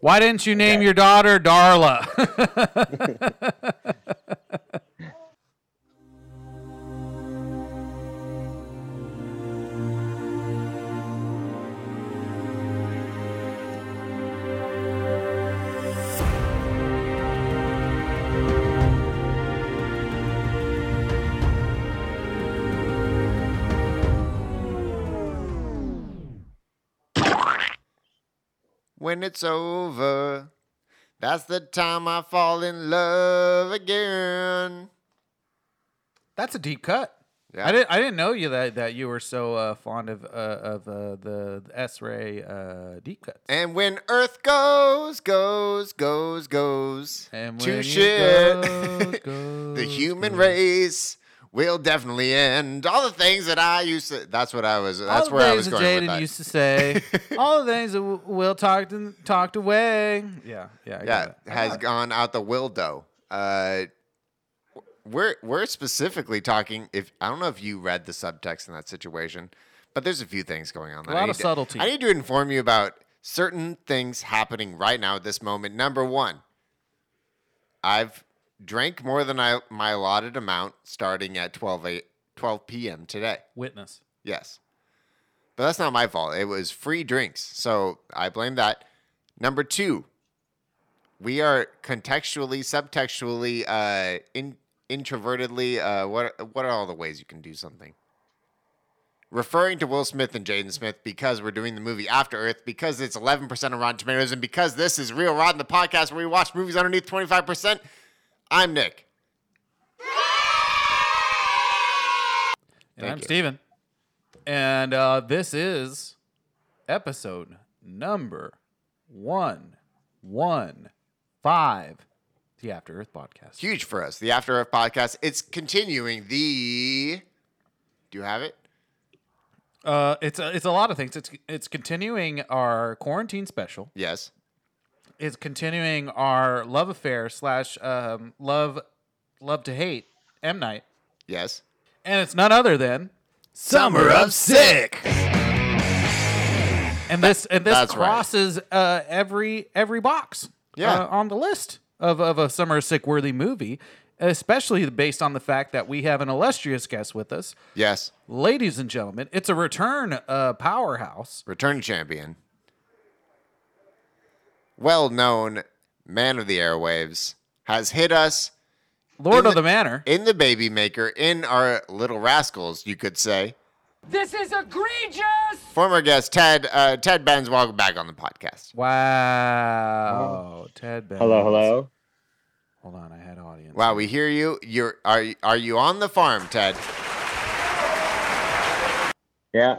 Why didn't you name your daughter Darla? When it's over, that's the time I fall in love again. That's a deep cut. Yeah. I didn't. I didn't know you that that you were so uh, fond of uh, of uh, the S Ray uh, deep cuts. And when Earth goes, goes, goes, goes And to when you shit, goes, the goes, human goes. race will definitely end. All the things that I used to. That's what I was. That's all the where I was things going that with Jaden that. used to say. all the things that w- Will talked and talked away. Yeah, yeah, I yeah, got it. I has got it. gone out the window. Uh, we're we're specifically talking. If I don't know if you read the subtext in that situation, but there's a few things going on. that lot I of need to- subtlety. I need to inform you about certain things happening right now at this moment. Number one, I've drank more than I my allotted amount starting at 12 a, 12 p.m. today. witness. Yes. But that's not my fault. It was free drinks. So I blame that. Number two, we are contextually, subtextually, uh, in, introvertedly. Uh, what, what are all the ways you can do something? Referring to Will Smith and Jaden Smith because we're doing the movie After Earth, because it's 11% on Rotten Tomatoes, and because this is Real Rod, the podcast where we watch movies underneath 25%. I'm Nick. And Thank I'm you. Steven. And uh, this is episode number one one five, the After Earth podcast. huge for us. The After Earth podcast. It's continuing the. Do you have it? Uh, it's a, it's a lot of things. It's it's continuing our quarantine special. Yes. It's continuing our love affair slash um, love love to hate M night, Yes. and it's none other than Summer of Sick. and this and this that's right. crosses uh, every every box Yeah. uh, on the list of, of a summer sick worthy movie especially based on the fact that we have an illustrious guest with us Yes. ladies and gentlemen it's a return uh, powerhouse Return champion. Well known man of the airwaves has hit us lord In of the- the manor in the baby maker, in our little rascals, you could say. This is egregious! Former guest Ted uh, Ted Benz, welcome back on the podcast. wow Oh. ted Benz. Hello, hello. hold on i had audience Wow, we hear you. You're are you- are you on the farm, Ted? Yeah.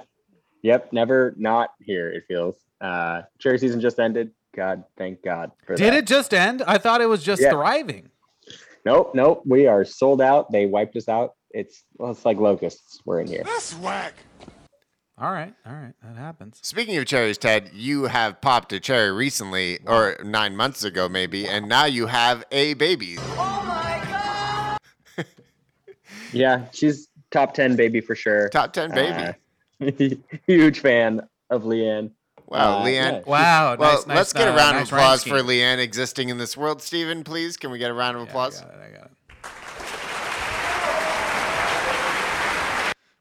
Yep. Never not here. It feels. Uh, cherry season just ended. God, thank God for did that. it just end i thought it was just Yeah. thriving Nope, nope. We are sold out. They wiped us out. It's well, it's like locusts. We're in here. all right all right that happens Speaking of cherries, Ted, you have popped a cherry recently, or nine months ago maybe, and now you have a baby. Yeah, she's top ten baby for sure. Top 10 baby. baby. huge fan of Leanne. wow, uh, Leanne. yeah. wow Well, nice, nice, let's get a uh, round nice of applause rhyme for scheme. Leanne existing in this world, Stephen, please. Can we get a round of Yeah, I applause? got it, I got it.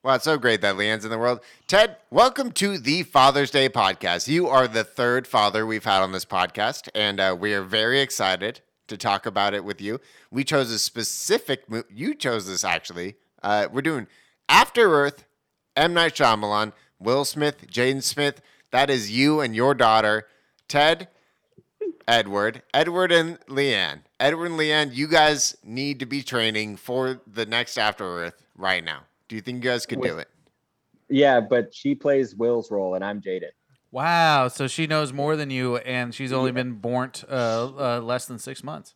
Wow, it's so great that Leanne's in the world. Ted, welcome to the Father's Day podcast. You are the third father we've had on this podcast, and uh, we are very excited to talk about it with you. We chose a specific mo- You chose this, actually. Uh, we're doing After Earth, M. Night Shyamalan, Will Smith, Jaden Smith. That is you and your daughter, Ted, Edward, Edward, and Leanne. Edward and Leanne, you guys need to be training for the next After Earth right now. Do you think you guys could do With- it? Yeah, but she plays Will's role, and I'm Jaden. Wow, so she knows more than you, and she's only been born uh, uh, less than six months.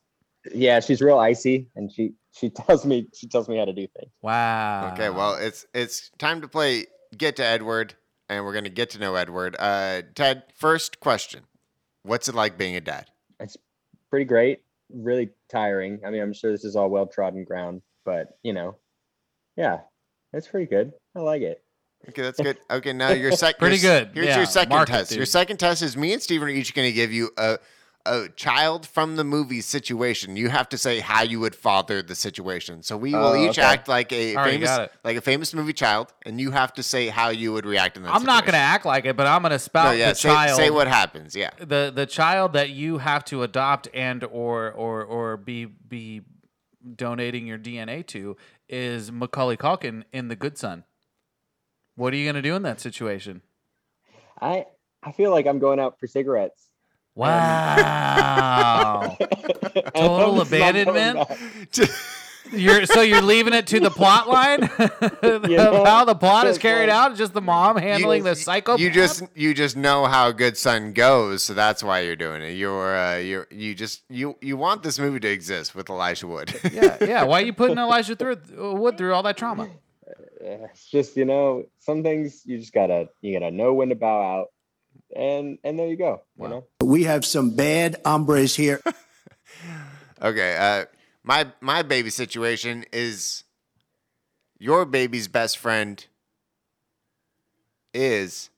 Yeah, she's real icy, and she she tells me she tells me how to do things. Wow. Uh, Okay, well, it's it's time to play Get to Edward, and we're gonna get to know Edward. Uh, Ted, first question: What's it like being a dad? it's pretty great really tiring i mean i'm sure this is all well trodden ground but you know yeah it's pretty good i like it Okay, that's good. Okay, now your second. Pretty good. Here's Yeah, your second mark it, test. Your dude. second test is me and Steven are each going to give you a a child from the movie situation, you have to say how you would father the situation. So we will Oh, each okay. act like a Alright, famous, got it. like a famous movie child, and you have to say how you would react in that. I'm not going to situation. act like it, but I'm going to spout No, yeah, the say, child. say what happens. Yeah, the the child that you have to adopt and or or or be be donating your DNA to is Macaulay Culkin in The Good Son. What are you going to do in that situation? I I feel like I'm going out for cigarettes. Wow. Total This is all going abandonment? back. you're so you're leaving it to the plot line of Yeah. how the plot is That's carried right. out, just the mom handling the psycho. You just you just know how good son goes, so that's why you're doing it. You're uh, you you just you you want this movie to exist with Elijah Wood. yeah, yeah. Why are you putting Elijah through uh, Wood through all that trauma? Yeah, It's just you know some things you just gotta you gotta know when to bow out, and and there you go. Wow. You know. We have some bad hombres here. Okay. Uh, my my baby situation is your baby's best friend is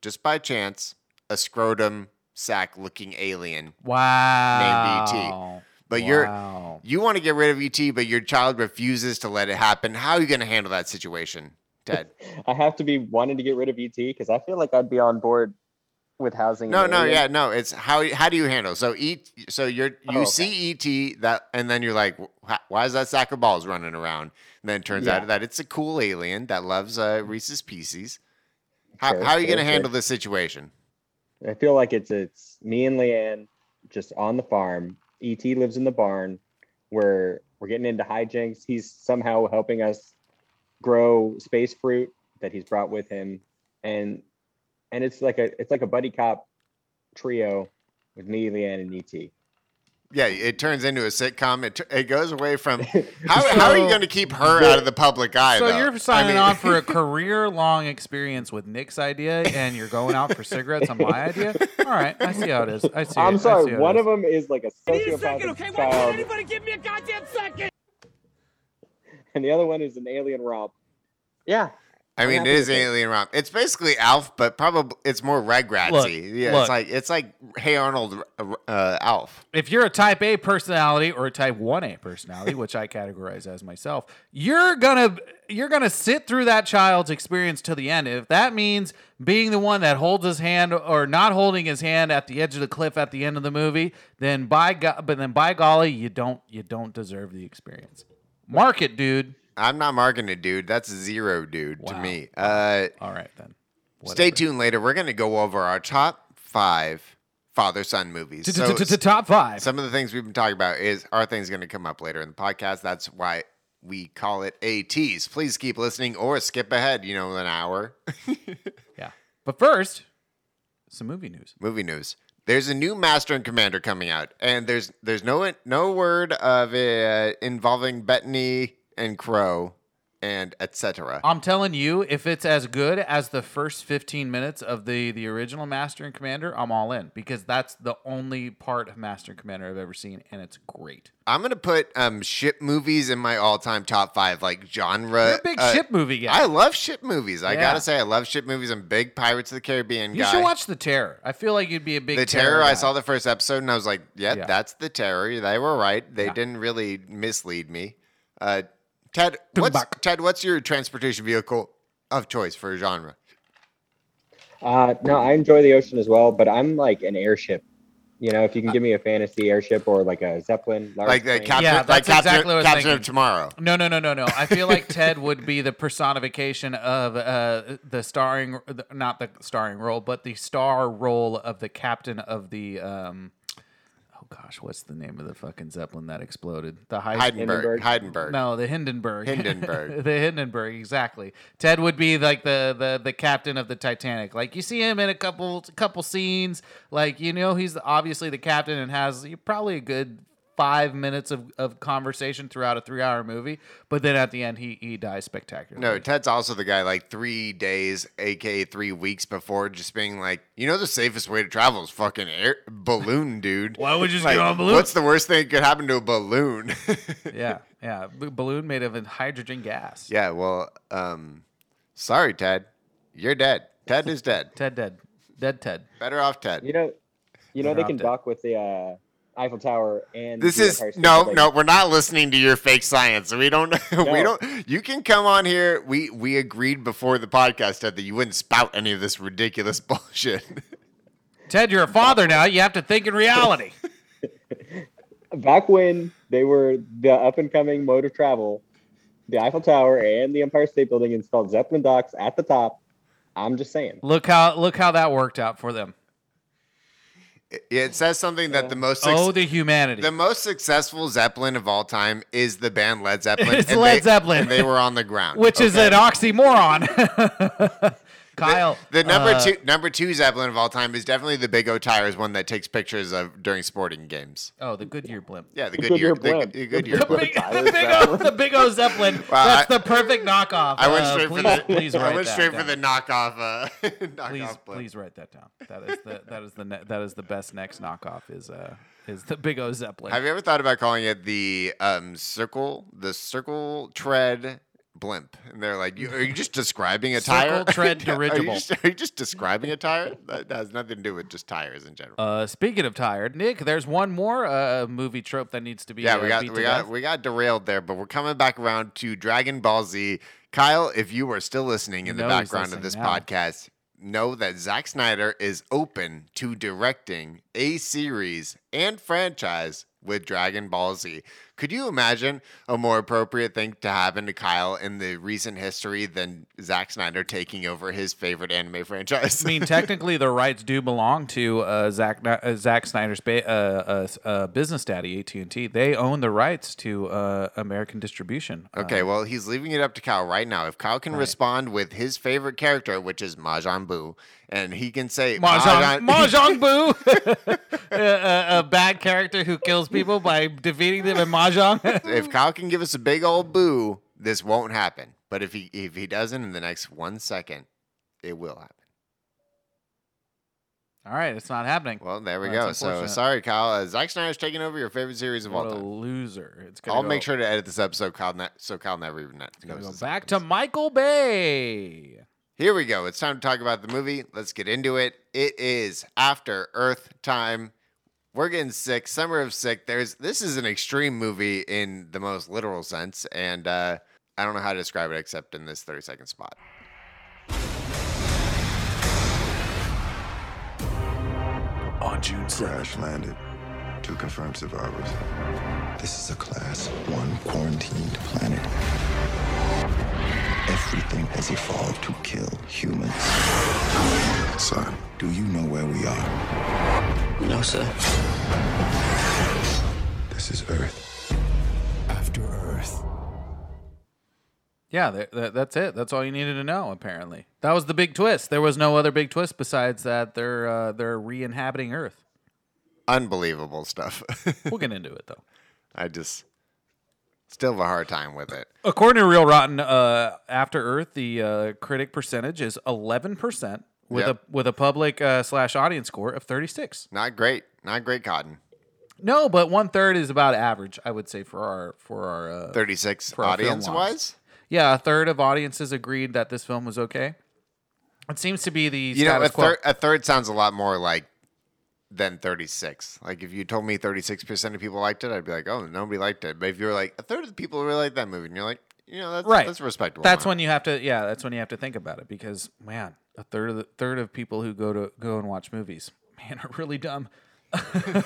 just by chance a scrotum sack looking alien. Wow. But you're wow. you want to get rid of ET, but your child refuses to let it happen. How are you going to handle that situation, Ted? I have to be wanting to get rid of ET because I feel like I'd be on board with housing. No, an no, alien. yeah, no. It's how how do you handle? So eat. So you're you Oh, okay. see ET that, and then you're like, "Wh- why is that sack of balls running around? And then it turns out Yeah. that it's a cool alien that loves uh, Reese's Pieces. How, Sure, how are you sure, going to sure. handle this situation? I feel like it's it's me and Leanne just on the farm. ET lives in the barn. We're we're getting into hijinks. He's somehow helping us grow space fruit that he's brought with him, and and it's like a it's like a buddy cop trio with me, Leanne, and E ET. Yeah, it turns into a sitcom. It, t- it goes away from how, how are you So- going to keep her out of the public eye? So though? you're I signing mean- on for a career long experience with Nick's idea, and you're going out for cigarettes on my idea. All right, I see how it is. I see. it. I'm I see sorry, how one it of them is like a I need a second, sociopathic okay? Why can't child, anybody give me a goddamn second? and the other one is an alien romp. Yeah, I mean, it happy is with it. alien romp. It's basically Alf, but probably it's more Rugratsy. Look, yeah, look. it's like it's like Hey Arnold, uh, uh, Alf. is. If you're a Type A personality or a Type One A personality, which I categorize as myself, you're gonna you're gonna sit through that child's experience to the end. If that means being the one that holds his hand or not holding his hand at the edge of the cliff at the end of the movie, then by go- but then by golly, you don't you don't deserve the experience. Mark it, dude. I'm not marking it, dude. That's a zero, dude, to Wow. me. Uh, All right then. stay tuned later. We're going to go over our top five father son movies. So, Top five. some of the things we've been talking about is are things going to come up later in the podcast. That's why we call it a tease. Please keep listening or skip ahead, you know, an hour. Yeah. But first, some movie news. Movie news. There's a new Master and Commander coming out, and there's there's no no word of it uh, involving Bettany and Crow and etc. I'm telling you, if it's as good as the first 15 minutes of the the original Master and Commander, I'm all in because that's the only part of Master and Commander I've ever seen, and it's great. I'm gonna put um ship movies in my all time top five, like genre. You're a big uh, ship movie guy. I love ship movies. I Yeah. gotta say, I love ship movies. I'm a big Pirates of the Caribbean you guy. should watch The Terror. I feel like you'd be a big the Terror. I guy. saw the first episode and I was like, yeah, Yeah. that's the Terror. They were right. They didn't really mislead me. Uh, Ted, what's, back. Ted, what's your transportation vehicle of choice for genre? Uh, no, I enjoy the ocean as well, but I'm like an airship. You know, if you can give me a fantasy airship or like a zeppelin, large Like uh, the plane. Captain, Yeah, like that's Captain, exactly what I was Captain of thinking. Tomorrow. No, no, no, no, no. I feel like Ted would be the personification of uh, the starring, the- not the starring role, but the star role of the captain of the. Um, oh gosh, what's the name of the fucking zeppelin that exploded? The Heis- Heidenberg. Hindenburg. Heidenberg. No, the Hindenburg. Hindenburg. the Hindenburg, exactly. Ted would be like the, the the captain of the Titanic. Like you see him in a couple couple scenes. Like you know he's obviously the captain and has probably a good five minutes of, of conversation throughout a three hour movie. But then at the end he he dies spectacularly. No, Ted's also the guy like three days, aka three weeks before, just being like, you know, the safest way to travel is fucking air balloon, dude. Why would you just Like, go on balloon? What's the worst thing that could happen to a balloon? yeah, yeah. B- balloon made of hydrogen gas. yeah, well, um, sorry, Ted, you're dead. Ted is dead. Ted dead. Dead Ted. Better off Ted. you know, You know they can Dropped it. dock with the uh, Eiffel Tower and This the is Empire State no, Building. no. We're not listening to your fake science. We don't. we No. don't. You can come on here. We we agreed before the podcast Ted, that you wouldn't spout any of this ridiculous bullshit. Ted, you're a father now. You have to think in reality. Back when they were the up and coming mode of travel, the Eiffel Tower and the Empire State Building installed Zeppelin docks at the top. I'm just saying. look how look how that worked out for them. it, it says something that the most suc- oh, the humanity. the most successful Zeppelin of all time is the band Led Zeppelin. It's and Led they- Zeppelin. and they were on the ground, which is okay? an oxymoron. Kyle, The number uh, two number two Zeppelin of all time is definitely the Big O Tires one that takes pictures of during sporting games. Oh, the Goodyear blimp. Yeah, the The Goodyear, Goodyear the, blimp. the The Goodyear The blimp. big, Tyler the big O, Zeppelin. the big O Zeppelin. Wow, That's I- the perfect knockoff. I went Uh, straight please, for the Please write I went that straight for down. the knockoff uh, knockoff Please, blimp. please write that down. That is the that is the ne- that is the best next knockoff is uh is the big O Zeppelin. Have you ever thought about calling it the um, circle, the circle tread blimp? And they're like, you, are you just describing a tire? Circle tread Yeah, Are you, dirigible. just, are you just describing a tire? That that has nothing to do with just tires in general. Uh, speaking of tired, Nick, there's one more uh, movie trope that needs to be. yeah, uh, we got we beat got to death. we got derailed there, but we're coming back around to Dragon Ball Z. Kyle, if you are still listening in the No, he's background listening of this now. podcast, know that Zack Snyder is open to directing a series and franchise with Dragon Ball Z. Could you imagine a more appropriate thing to happen to Kyle in the recent history than Zack Snyder taking over his favorite anime franchise? I mean, technically, the rights do belong to uh, Zack uh, Zack Snyder's ba- uh, uh, uh, business daddy, AT and T. They own the rights to uh, American distribution. Uh, Okay, well, he's leaving it up to Kyle right now. If Kyle can respond with his favorite character, which is Mahjong Buu, and he can say Mahjong, Mahjong Buu, a, a, a bad character who kills people by defeating them in Mahjong. if Kyle can give us a big old boo, this won't happen. But if he if he doesn't in the next one second, it will happen. All right, it's not happening. Well, there we That's go. So unfortunate. sorry, Kyle. Uh, Zack Snyder's taking over your favorite series of all what a time. loser! It's gonna I'll go, make sure to edit this up so Kyle ne- so Kyle never even kn- Gonna knows. go this back to happens. Michael Bay. here we go. It's time to talk about the movie. Let's get into it. It is after Earth time. We're getting sick. Summer of sick. There's this is an extreme movie in the most literal sense, and uh, I don't know how to describe it except in this 30 second spot. On June 7th, Crash landed. Two confirmed survivors. This is a class one quarantined planet. Everything has evolved to kill humans. Son, do you know where we are? No, sir. This is Earth. after Earth. Yeah, th th that's it. That's all you needed to know. Apparently, that was the big twist. There was no other big twist besides that they're uh, they're re-inhabiting Earth. Unbelievable stuff. We'll get into it though. I just still have a hard time with it. According to Real Rotten, uh, After Earth, the uh, critic percentage is eleven percent with Yep. a with a public uh, slash audience score of thirty six. Not great. Not great. Cotton. No, but one third is about average, I would say for our for our uh, 36 For our film audience wise. yeah, a third of audiences agreed that this film was okay. It seems to be the You know, a, status quo. thir- a third sounds a lot more like than 36. Like if you told me 36% of people liked it, I'd be like, oh, nobody liked it. But if you were like, a third of the people really like that movie, and you're like, you know, that's, Right. that's a respectable. That's amount. when you have to yeah, that's when you have to think about it because man, a third of the third of people who go to go and watch movies, man, are really dumb.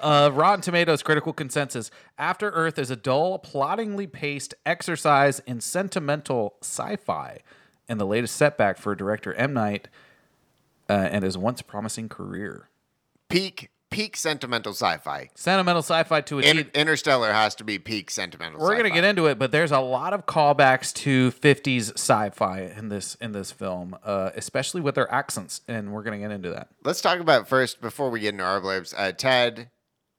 uh, Rotten Tomatoes critical consensus: After Earth is a dull, ploddingly paced exercise in sentimental sci-fi, and the latest setback for director M Night uh, and his once promising career. peak, peak sentimental sci fi. Sentimental sci-fi to a T. In- Interstellar has to be peak sentimental We're gonna sci-fi. get into it, but there's a lot of callbacks to '50s sci-fi in this in this film, uh, especially with their accents, and we're gonna get into that. Let's talk about first before we get into our blurbs. Uh, Ted,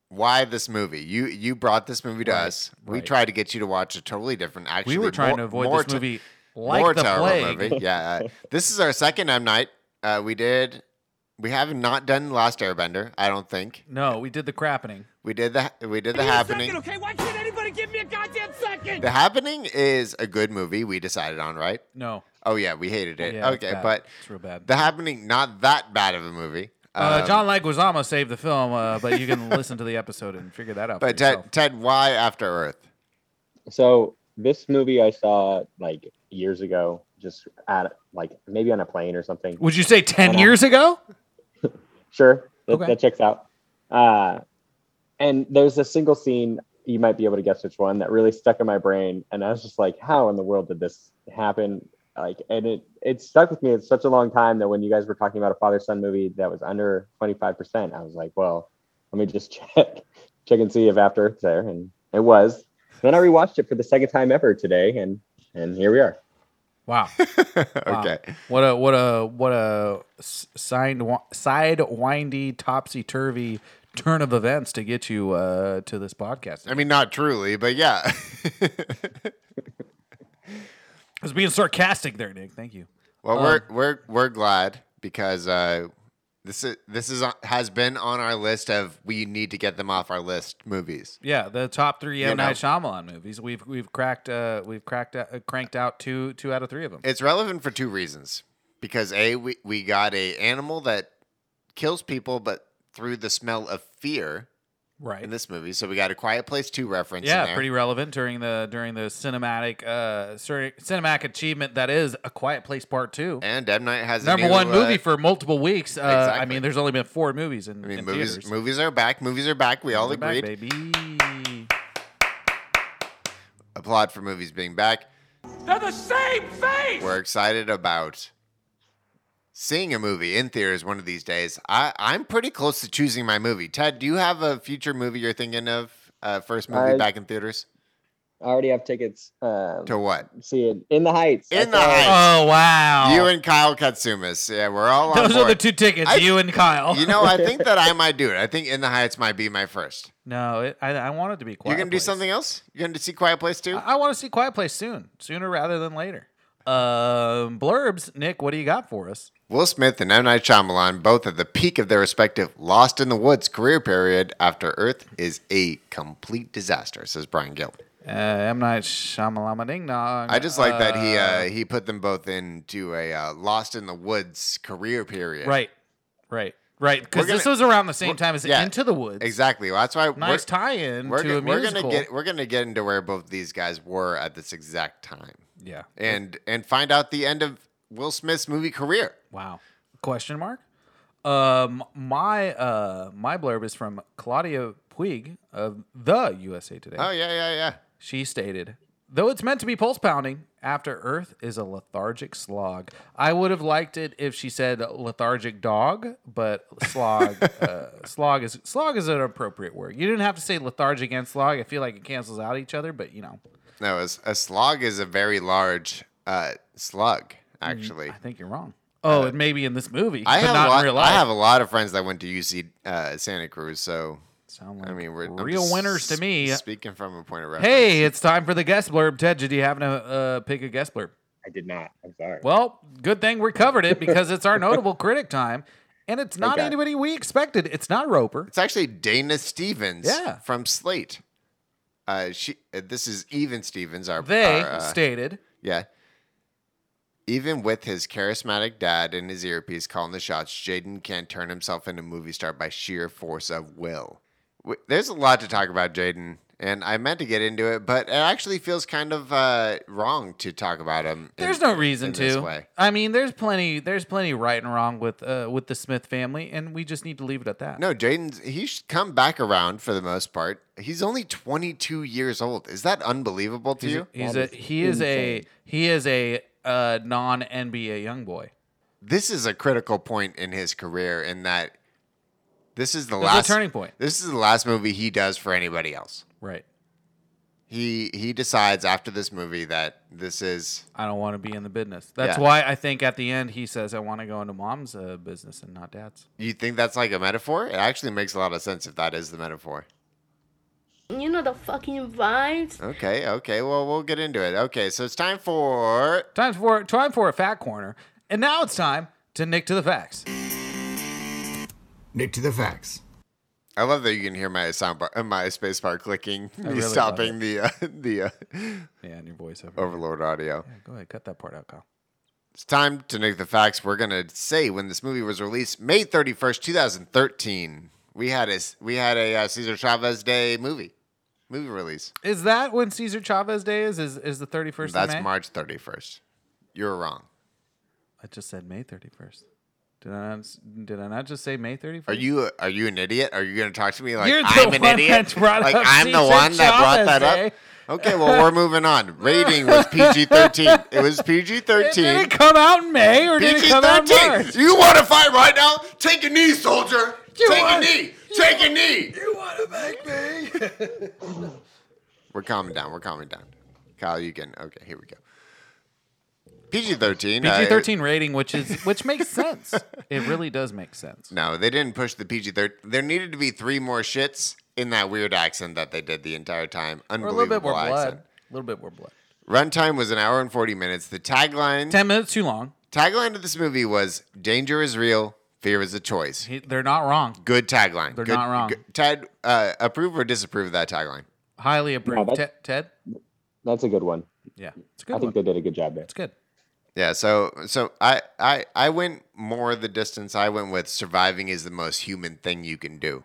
why this movie? You you brought this movie to us. We right. tried to get you to watch a totally different. Actually, We were trying more- to avoid more this to- movie like more the terrible plague. movie. Yeah, uh, this is our second M Night. Uh, we did. We have not done Last Airbender. I don't think No, we did the crappening. we did the we did the Give me a happening. second, okay? Why can't anybody give me a goddamn second? The happening is a good movie. We decided on right. No, Oh yeah, we hated it. Yeah, it's okay, bad. but it's real bad. the happening not that bad of a movie. Um, Uh, John Leguizamo saved the film, uh, but you can listen to the episode and figure that out. But for yourself. Ted, Ted, why After Earth? So this movie I saw like years ago, just at like maybe on a plane or something. would you say ten Hold on. years ago? Sure, that, Okay. that checks out. Uh, and there's a single scene you might be able to guess which one that really stuck in my brain, and I was just like, "How in the world did this happen?" Like, and it it stuck with me. It's such a long time that when you guys were talking about a father son movie that was under twenty five percent, I was like, "Well, let me just check check and see if after it's there," and it was. Then I rewatched it for the second time ever today, and and here we are. Wow. okay. What a what a what a s- signed wi- side windy topsy turvy turn of events to get you uh, to this podcast. I mean, not truly, but yeah. I was being sarcastic there, Nick. Thank you. well, Um, we're we're we're glad because uh, this is this is on- has been on our list of we need to get them off our list movies. Yeah, the top three M You know. Night Shyamalan movies. We've we've cracked uh, we've cracked uh, cranked out two two out of three of them. It's relevant for two reasons. Because a we, we got a animal that kills people, but through the smell of fear right. in this movie. So we got a Quiet Place Two reference. in yeah, there. pretty relevant during the during the cinematic uh cer- cinematic achievement that is A Quiet Place Part Two. And M Night has a Number new, one uh, movie for multiple weeks. Uh, I Exactly. mean, there's only been four movies in, I mean, in movies theaters. movies are back. Movies are back. We all They're back, agreed. baby. Applaud for movies being back. They're the same face! We're excited about seeing a movie in theaters one of these days. I, I'm pretty close to choosing my movie. Ted, do you have a future movie you're thinking of? Uh, first movie I- back in theaters? I already have tickets. Um, To what? see it in the Heights. I In the saw- Heights. Oh wow! You and Kyle Katsumas. Yeah, we're all on Those board. are the two tickets. I- you and Kyle. You know, I think that I might do it. I think In the Heights might be my first. no, it, I, I want it to be quiet. you're going to do Place. Uh, something else? You're going to see Quiet Place too? I, I want to see Quiet Place soon, sooner rather than later. Um, blurbs, Nick. What do you got for us? Will Smith and M. Night Shyamalan, both at the peak of their respective Lost in the Woods career period after Earth is a complete disaster, says Brian Gill. Uh, M Night Shyamalama Ding Dong. I just like that he Uh, uh, he put them both into a uh, Lost in the Woods career period. Right, right, right. Because uh, We're this gonna- was around the same we're- time as yeah, Into the Woods. Exactly. Well, that's why Nice we're, tie-in we're, to go- a we're musical. gonna get we're gonna get into where both these guys were at this exact time, yeah. and and find out the end of Will Smith's movie career. Wow. Question mark? Um, my uh, my blurb is from Claudia Puig of the USA Today. Oh yeah, yeah, yeah. She stated, though it's meant to be pulse pounding, After Earth is a lethargic slog. I would have liked it if she said lethargic dog, but slog uh, slog is slog is an appropriate word. You didn't have to say lethargic and slog. I feel like it cancels out each other, but you know, No, a, s- a slog is a very large uh, slug, actually. I think you're wrong. Oh, it may be in this movie, Uh, I but have, not a lot, in real I life. have a lot of friends that went to UC uh, Santa Cruz, so Sound I like mean, we're I'm real just winners to me. Speaking from a point of reference, Hey, it's time for the guest blurb. Ted, did you happen to uh, pick a guest blurb? I did not. I'm sorry. Well, good thing we covered it because it's our notable critic time, and it's not Okay. anybody we expected. It's not Roper. it's actually Dana Stevens, Yeah. from Slate. Uh, she, uh, this is even Stevens, our They our, uh, stated, yeah. Even with his charismatic dad and his earpiece calling the shots, Jaden can't turn himself into a movie star by sheer force of will. W- There's a lot to talk about, Jaden, and I meant to get into it, but it actually feels kind of uh, wrong to talk about him. in- "There's no reason in to." This way. I mean, there's plenty, there's plenty right and wrong with uh, with the Smith family, and we just need to leave it at that. No, Jaden's he should come back around for the most part. He's only 22 years old. Is that unbelievable to he's, you? he's a That is he is a insane. he is a uh, non NBA young boy. This is a critical point in his career in that this is the It's last a turning point, This is the last movie he does for anybody else. right? He he decides after this movie that this is I don't want to be in the business. That's Yeah. why I think at the end he says, "I want to go into mom's uh, business and not dad's." you think that's like a metaphor? It actually makes a lot of sense if that is the metaphor. You know the fucking vibes. Okay, okay. Well, we'll get into it. Okay, so it's time for Time for time for a fact corner, and now it's time to nick to the facts. Nick to the facts. I love that you can hear my sound bar, uh, my space bar clicking, me really love stopping the uh, the uh, Yeah, and your voice over. Overlord audio. Yeah, go ahead, cut that part out, Kyle. It's time to know the facts. We're gonna say when this movie was released, May thirty first, two thousand thirteen. We had a we had a uh, Cesar Chavez Day movie movie release. Is that when Cesar Chavez Day is? Is is the thirty first? That's of May? March thirty first. You're wrong. I just said May thirty first. Did I not? s- Did I not just say May thirty first? Are you are you an idiot? Are you gonna talk to me like You're the I'm an one idiot? that brought like up I'm the Cesar one that brought Chavez that Day. up. Okay, well we're moving on. Rating was PG thirteen. It was PG Did thirteen. it come out in May or did PG it come out in March? thirteen. You want to fight right now? Take a knee, soldier. Take want- a knee. Take a knee. You want to make me? we're calming down. We're calming down. Kyle, you can. Okay, here we go. PG thirteen. uh, PG thirteen rating, which is which makes sense. It really does make sense. No, they didn't push the PG 13. There needed to be three more shits in that weird accent that they did the entire time. Or a Unbelievable little bit more blood. accent. A little bit more blood. Runtime was an hour and 40 minutes. The tagline Ten minutes too long. tagline of this movie was Danger is real, fear is a choice. He- They're not wrong. Good tagline. They're Good- not wrong. good- Ted, uh, approve or disapprove of that tagline? Highly approved. No, Ted, that's- Ted. That's a good one. Yeah, it's a I good one. think they did a good job there. It's good. Yeah, so so I, I I went more the distance. I went with surviving is the most human thing you can do.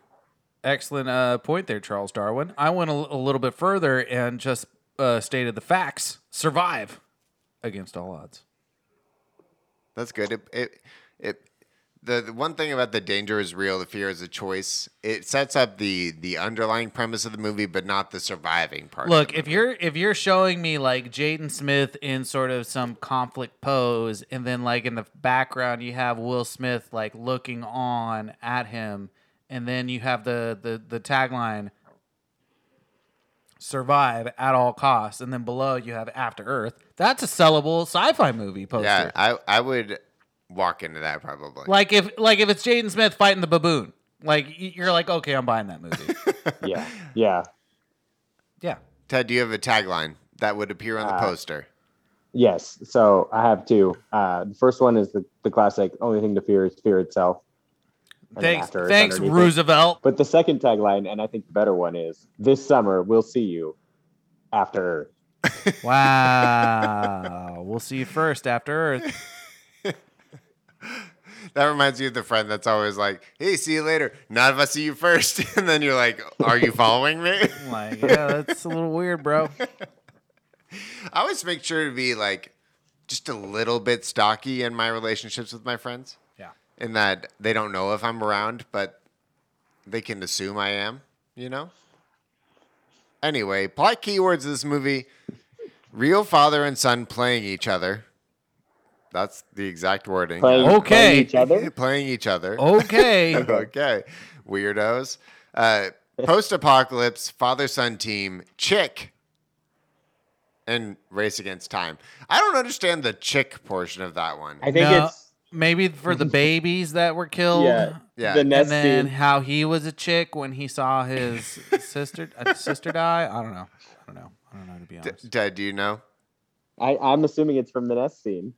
Excellent uh, point there, Charles Darwin. I went a, a little bit further and just uh, stated the facts. Survive against all odds. That's good. It, it, it the, the one thing about the danger is real, the fear is a choice. It sets up the the underlying premise of the movie, but not the surviving part. of the Look, movie. if you're if you're showing me like Jaden Smith in sort of some conflict pose, and then like in the background you have Will Smith like looking on at him, and then you have the the the tagline "Survive at all costs," and then below you have After Earth. That's a sellable sci-fi movie poster. yeah, I I would walk into that probably. Like if like if it's Jaden Smith fighting the baboon, like y- you're like, okay, I'm buying that movie. Yeah. Yeah. yeah. Ted, do you have a tagline that would appear on the Uh, poster? Yes. So I have two. Uh, the first one is the, the classic only thing to fear is fear itself. And then Thanks, after is thanks, underneath it. Roosevelt. But the second tagline, and I think the better one is this summer we'll see you after Earth. Wow. we'll see you first after Earth. That reminds me of the friend that's always like, "Hey, see you later." Not if I see you first, and then you're like, "Are you following me?" I'm like, yeah, that's a little weird, bro. I always make sure to be like just a little bit stocky in my relationships with my friends. Yeah. in that they don't know if I'm around, but they can assume I am, you know? Anyway, plot keywords of this movie real father and son playing each other. That's the exact wording. Playing, Okay. Oh, playing each other. Playing each other. Okay. okay. Weirdos. Uh, Post apocalypse, father son team, chick, and race against time. I don't understand the chick portion of that one. I think No. it's Maybe for the babies that were killed. yeah, Yeah. And The And nest then scene. how he was a chick when he saw his sister uh, sister die. I don't know. I don't know. I don't know to be D- honest. Ted, do you know? I, I'm assuming it's from the nest scene.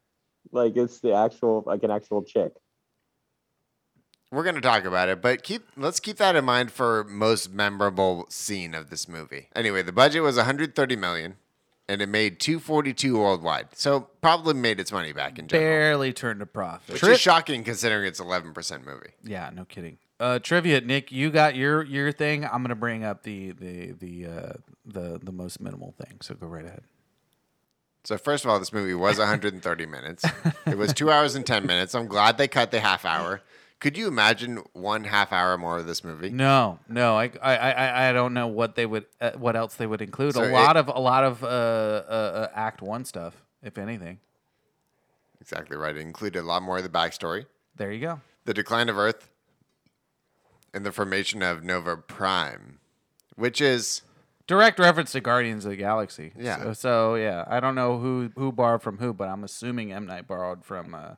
Like it's the actual like an actual chick. We're gonna talk about it, but keep let's keep that in mind for most memorable scene of this movie. Anyway, the budget was 130 million, and it made 242 worldwide, so probably made its money back in general, Barely turned a profit. which is shocking considering it's 11 percent movie. Yeah, no kidding. Uh, trivia, Nick, you got your your thing. I'm gonna bring up the the the uh, the the most minimal thing. So go right ahead. So first of all, this movie was 130 minutes. It was two hours and 10 minutes. I'm glad they cut the half hour. Could you imagine one half hour more of this movie? No, no, I I I, I don't know what they would uh, what else they would include. So a it- lot of a lot of uh, uh, uh, Act One stuff, if anything. Exactly right. It included a lot more of the backstory, There you go. the decline of Earth, and the formation of Nova Prime, which is Direct reference to Guardians of the Galaxy. Yeah. So, so, yeah, I don't know who who borrowed from who, but I'm assuming M Night borrowed from uh,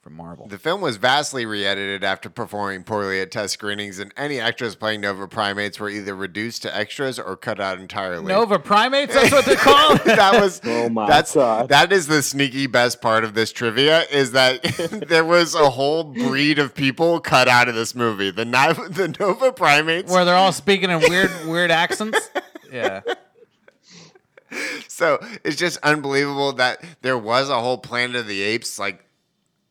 from Marvel. The film was vastly re-edited after performing poorly at test screenings, and any extras playing Nova Primates were either reduced to extras or cut out entirely. Nova Primates. That's what they're called. that was Oh my that's God. that is the sneaky best part of this trivia is that there was a whole breed of people cut out of this movie. The Ni- the Nova Primates Where they're all speaking in weird weird accents. Yeah. so it's just unbelievable that there was a whole Planet of the Apes like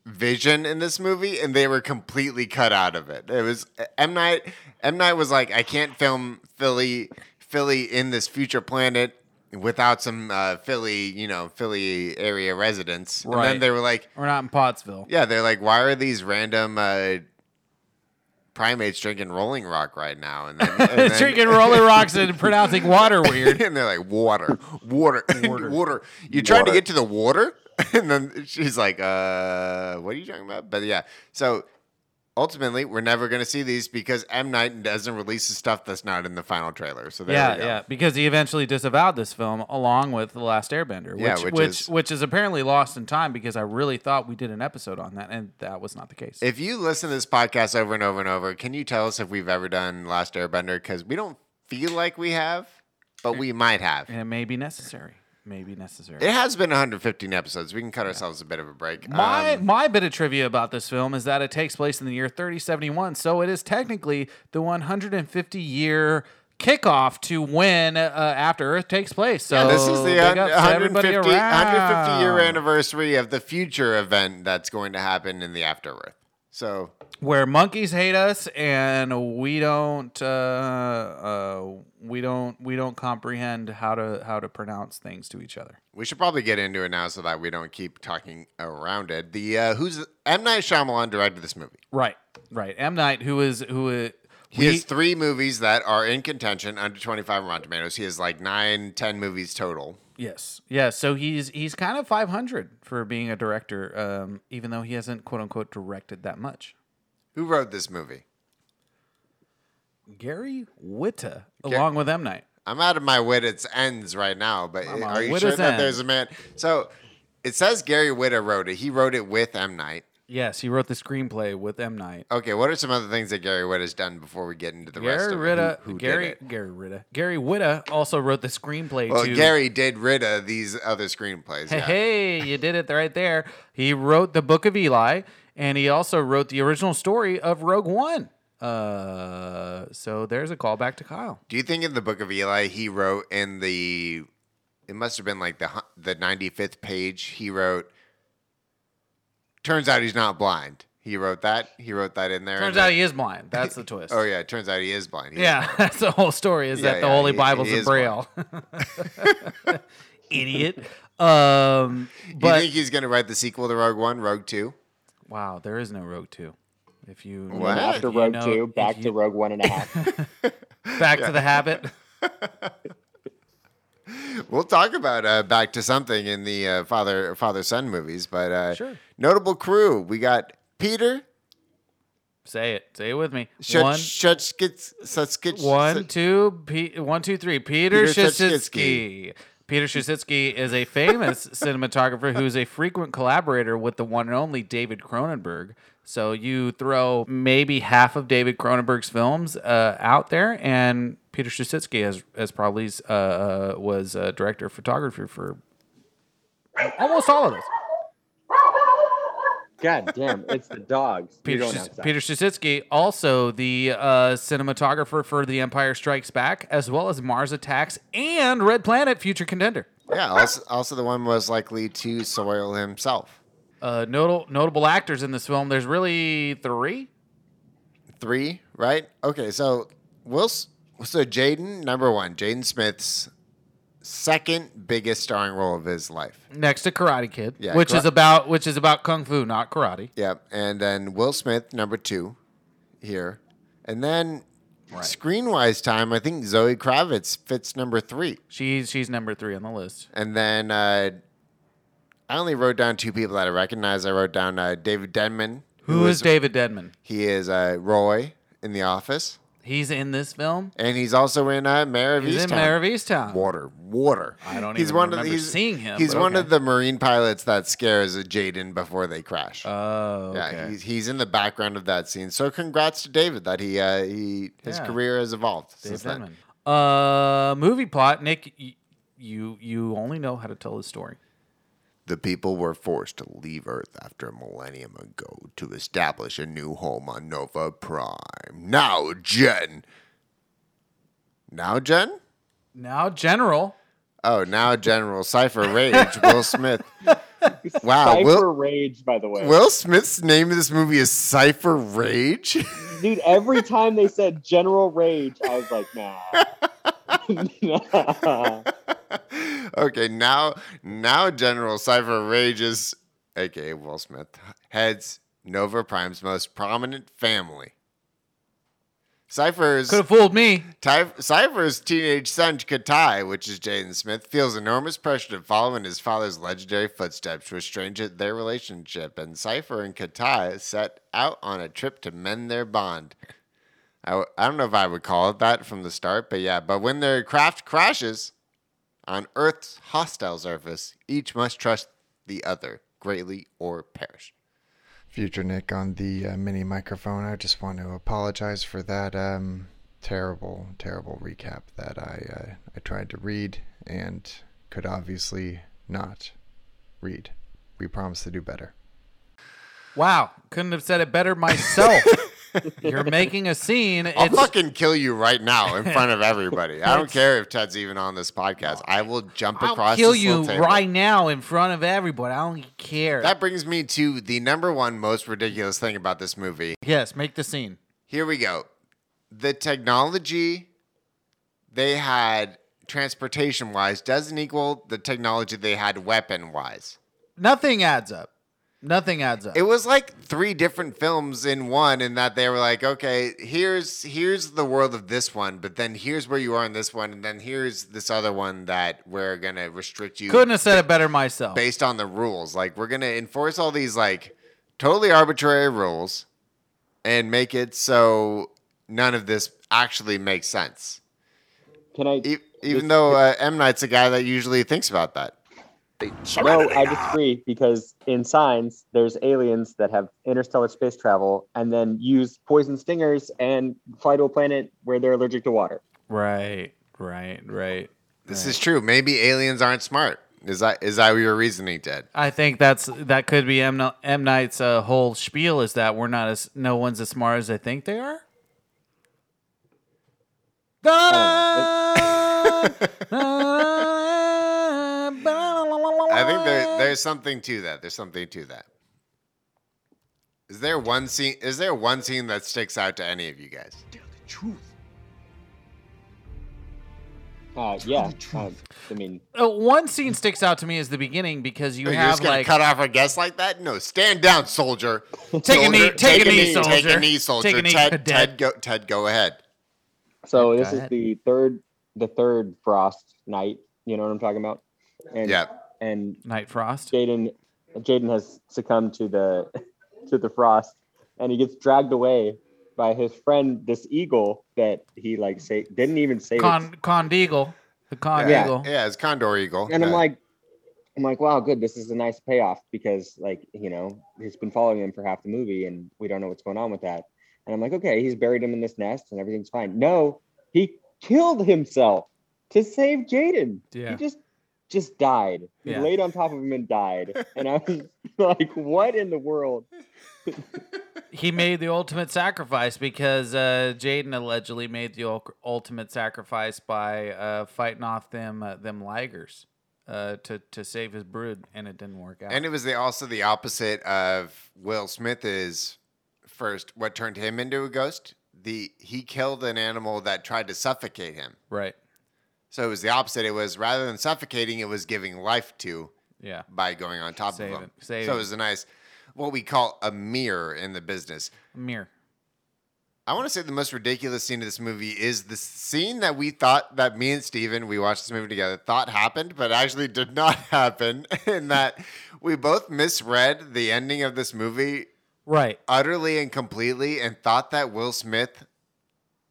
vision in this movie, and they were completely cut out of it. It was M Night. M Night was like, I can't film Philly, Philly in this future planet without some uh, Philly, you know, Philly area residents. And Right. then they were like, We're not in Pottsville. yeah, they're like, why are these random uh, primates drinking Rolling Rock right now? And then, and then- Drinking Roller Rocks and pronouncing water weird. and they're like, water, water, water. You're trying to get to the water? And then she's like, uh, what are you talking about? But yeah, so ultimately, we're never going to see these because M. Night doesn't release the stuff that's not in the final trailer. So there yeah, we go. yeah, because he eventually disavowed this film along with The Last Airbender, which Yeah, which which which is, is- apparently lost in time because I really thought we did an episode on that and that was not the case. If you listen to this podcast over and over and over, can you tell us if we've ever done Last Airbender? Because we don't feel like we have, but we might have. and it may be necessary. Maybe necessary. It has been 115 episodes. We can cut ourselves a bit of a break. My Um, my bit of trivia about this film is that it takes place in the year 3071, so it is technically the 150 year kickoff to when uh, After Earth takes place. So Um, this is the big un- up to everybody 150, 150 year around. anniversary of the future event that's going to happen in the After Earth. So where monkeys hate us and we don't uh, uh, we don't we don't comprehend how to how to pronounce things to each other. we should probably get into it now so that we don't keep talking around it. The uh, who's M Night Shyamalan directed this movie. Right, right. M Night, who is who uh, is, He has three movies that are in contention under 25 on Rotten Tomatoes. He has like nine, 10 movies total. yes, yeah. So he's he's kind of 500 for being a director, um, even though he hasn't quote unquote directed that much. Who wrote this movie? Gary Witta, along with M Night. I'm out of my wit its ends right now, but I'm out are of you wit sure its that end. there's a man? So it says Gary Witta wrote it. He wrote it with M. Night. Yes, he wrote the screenplay with M Night. Okay, what are some other things that Gary Witta's done before we get into the rest Gary of Witta, who, who did Gary it? Gary Witta, Gary Witta also wrote the screenplay Well, to Gary did Ritta these other screenplays. Hey, yeah. hey, you did it right there. He wrote the Book of Eli, and he also wrote the original story of Rogue One. Uh, so there's a callback to Kyle. Do you think in the Book of Eli he wrote in the? It must have been like the hu- the ninety fifth page. He wrote. Turns out he's not blind. He wrote that. He wrote that in there. Turns and out then- he is blind. That's the twist. Oh yeah, it turns out he is blind. He is Yeah, that's the whole story. Is Yeah, that the yeah, Holy he- Bible's he in is blind. Braille? Idiot. Um, Do you but think he's going to write the sequel to Rogue One, Rogue Two? wow, there is no Rogue Two. If you What? if After you Rogue know- Two, if back you- to Rogue One and a half. back to the habit. We'll talk about uh, back to something in the uh, father father son movies, but uh, Sure. notable crew we got Peter Say it. Say it with me. One, Shutskits One, two, Pe- one, two, three. Peter, Peter Shesitsky. Peter Shesitsky is a famous cinematographer who's a frequent collaborator with the one and only David Cronenberg. So you throw maybe half of David Cronenberg's films uh, out there, and Peter Shesitsky has, has probably uh, uh, was uh, director of photography for almost all of those. God damn, it's the dogs. You're Peter, going Shis- outside. Peter Shishitsky, also the uh, cinematographer for The Empire Strikes Back, as well as Mars Attacks and Red Planet, future contender. Yeah, also, also the one most likely to soil himself. Uh, notable, notable actors in this film. There's really three. Three, right? Okay, so Will, S- so Jaden number one, Jaden Smith's second biggest starring role of his life. Next to Karate Kid, Yeah, which Kara- is about which is about kung fu, not karate. Yep, and then Will Smith number two here, and then screen wise time, I think Zoe Kravitz fits number three. She's she's number three on the list. And then uh, I only wrote down two people that I recognize. I wrote down uh, David Denman. Who is was- David Dedman? He is uh, Roy in The Office, He's in this film. and he's also in uh, Mayor of He's Easttown. in Mayor of Easttown. Water, water. I don't he's even one of, remember he's, seeing him, He's but one okay. of the Marine pilots that scares Jaden before they crash. Oh, okay. Yeah, he's, he's in the background of that scene. So congrats to David that he uh, he his Yeah. career has evolved since then. Denman. Uh, movie plot. Nick, y- you you only know how to tell the story. The people were forced to leave Earth after a millennium ago to establish a new home on Nova Prime. Now, Jen. Now, Jen. Now, General Oh, now General Cipher Rage, Will Smith. Wow, Cypher Will, Rage, by the way. Will Smith's name of this movie is Cipher Rage. Dude, every time they said General Rage, I was like, nah. Nah. okay, now now General Cipher rages, aka Will Smith, heads Nova Prime's most prominent family. Cypher's Could have fooled me. Ty- Cypher's teenage son Katai, which is Jaden Smith, feels enormous pressure to follow in his father's legendary footsteps, which strains at their relationship, and Cypher and Katai set out on a trip to mend their bond. I, w- I don't know if I would call it that from the start, but yeah. But when their craft crashes on Earth's hostile surface, each must trust the other greatly or perish. Future Nick on the uh, mini microphone. I just want to apologize for that um, terrible, terrible recap that I uh, I tried to read and could obviously not read. We promise to do better. Wow, couldn't have said it better myself. You're making a scene. I'll it's fucking kill you right now in front of everybody. I don't care if Ted's even on this podcast. I will jump I'll across. kill this little you table. right now in front of everybody. I don't care. That brings me to the number one most ridiculous thing about this movie. yes, make the scene. Here we go. The technology they had transportation wise doesn't equal the technology they had weapon wise. Nothing adds up. Nothing adds up. It was like three different films in one, in that they were like, okay, here's here's the world of this one, but then here's where you are in this one, and then here's this other one that we're gonna restrict you couldn't have said it better myself. based on the rules. Like we're gonna enforce all these like totally arbitrary rules and make it so none of this actually makes sense. Can I? E- even though uh, M Night's a guy that usually thinks about that. No, I disagree because in Signs, there's aliens that have interstellar space travel and then use poison stingers and fly to a planet where they're allergic to water. right, right, right. This is true. Maybe aliens aren't smart. Is that is that your reasoning, Ted? I think that's that could be M, M Night's uh, whole spiel is that we're not as no one's as smart as they think they are. I I think think there there's something to that. There's something to that. Is there one scene? Is there one scene that sticks out to any of you guys? Uh, yeah. uh, I mean, Uh, one scene sticks out to me is the beginning because you You're have just gonna like cut off a guest like that? No, stand down, soldier. Take a knee, Soldier, take a knee, soldier. Take a knee, soldier. Take a knee, Ted, cadet. Ted, go, Ted, go ahead. so Go this is ahead. the third, the third frost night. You know what I'm talking about? And, Yeah. And Night Frost. Jaden, Jaden has succumbed to the, to the frost, and he gets dragged away by his friend, this eagle that he like say didn't even save. its- Con Condeagle. The yeah, Condeagle. yeah, it's Condor Eagle. and I'm Yeah. like, I'm like, wow, good. This is a nice payoff because, like, you know, he's been following him for half the movie, and we don't know what's going on with that. And I'm like, okay, he's buried him in this nest, and everything's fine. No, he killed himself to save Jaden. Yeah. He just just died. He Yeah. laid on top of him and died. And I was like, what in the world? he made the ultimate sacrifice because uh, Jaden allegedly made the ul- ultimate sacrifice by uh, fighting off them uh, them ligers uh, to to save his brood, and it didn't work out. and it was the, also the opposite of Will Smith's first. What turned him into a ghost? The he killed an animal that tried to suffocate him. right? So it was the opposite. It was rather than suffocating, it was giving life to Yeah. by going on top Save of him. it, save so it. it was a nice, what we call a mirror in the business. Mirror. I want to say the most ridiculous scene of this movie is the scene that we thought that me and Steven, we watched this movie together, thought happened, but actually did not happen. In that we both misread the ending of this movie Right. utterly and completely and thought that Will Smith,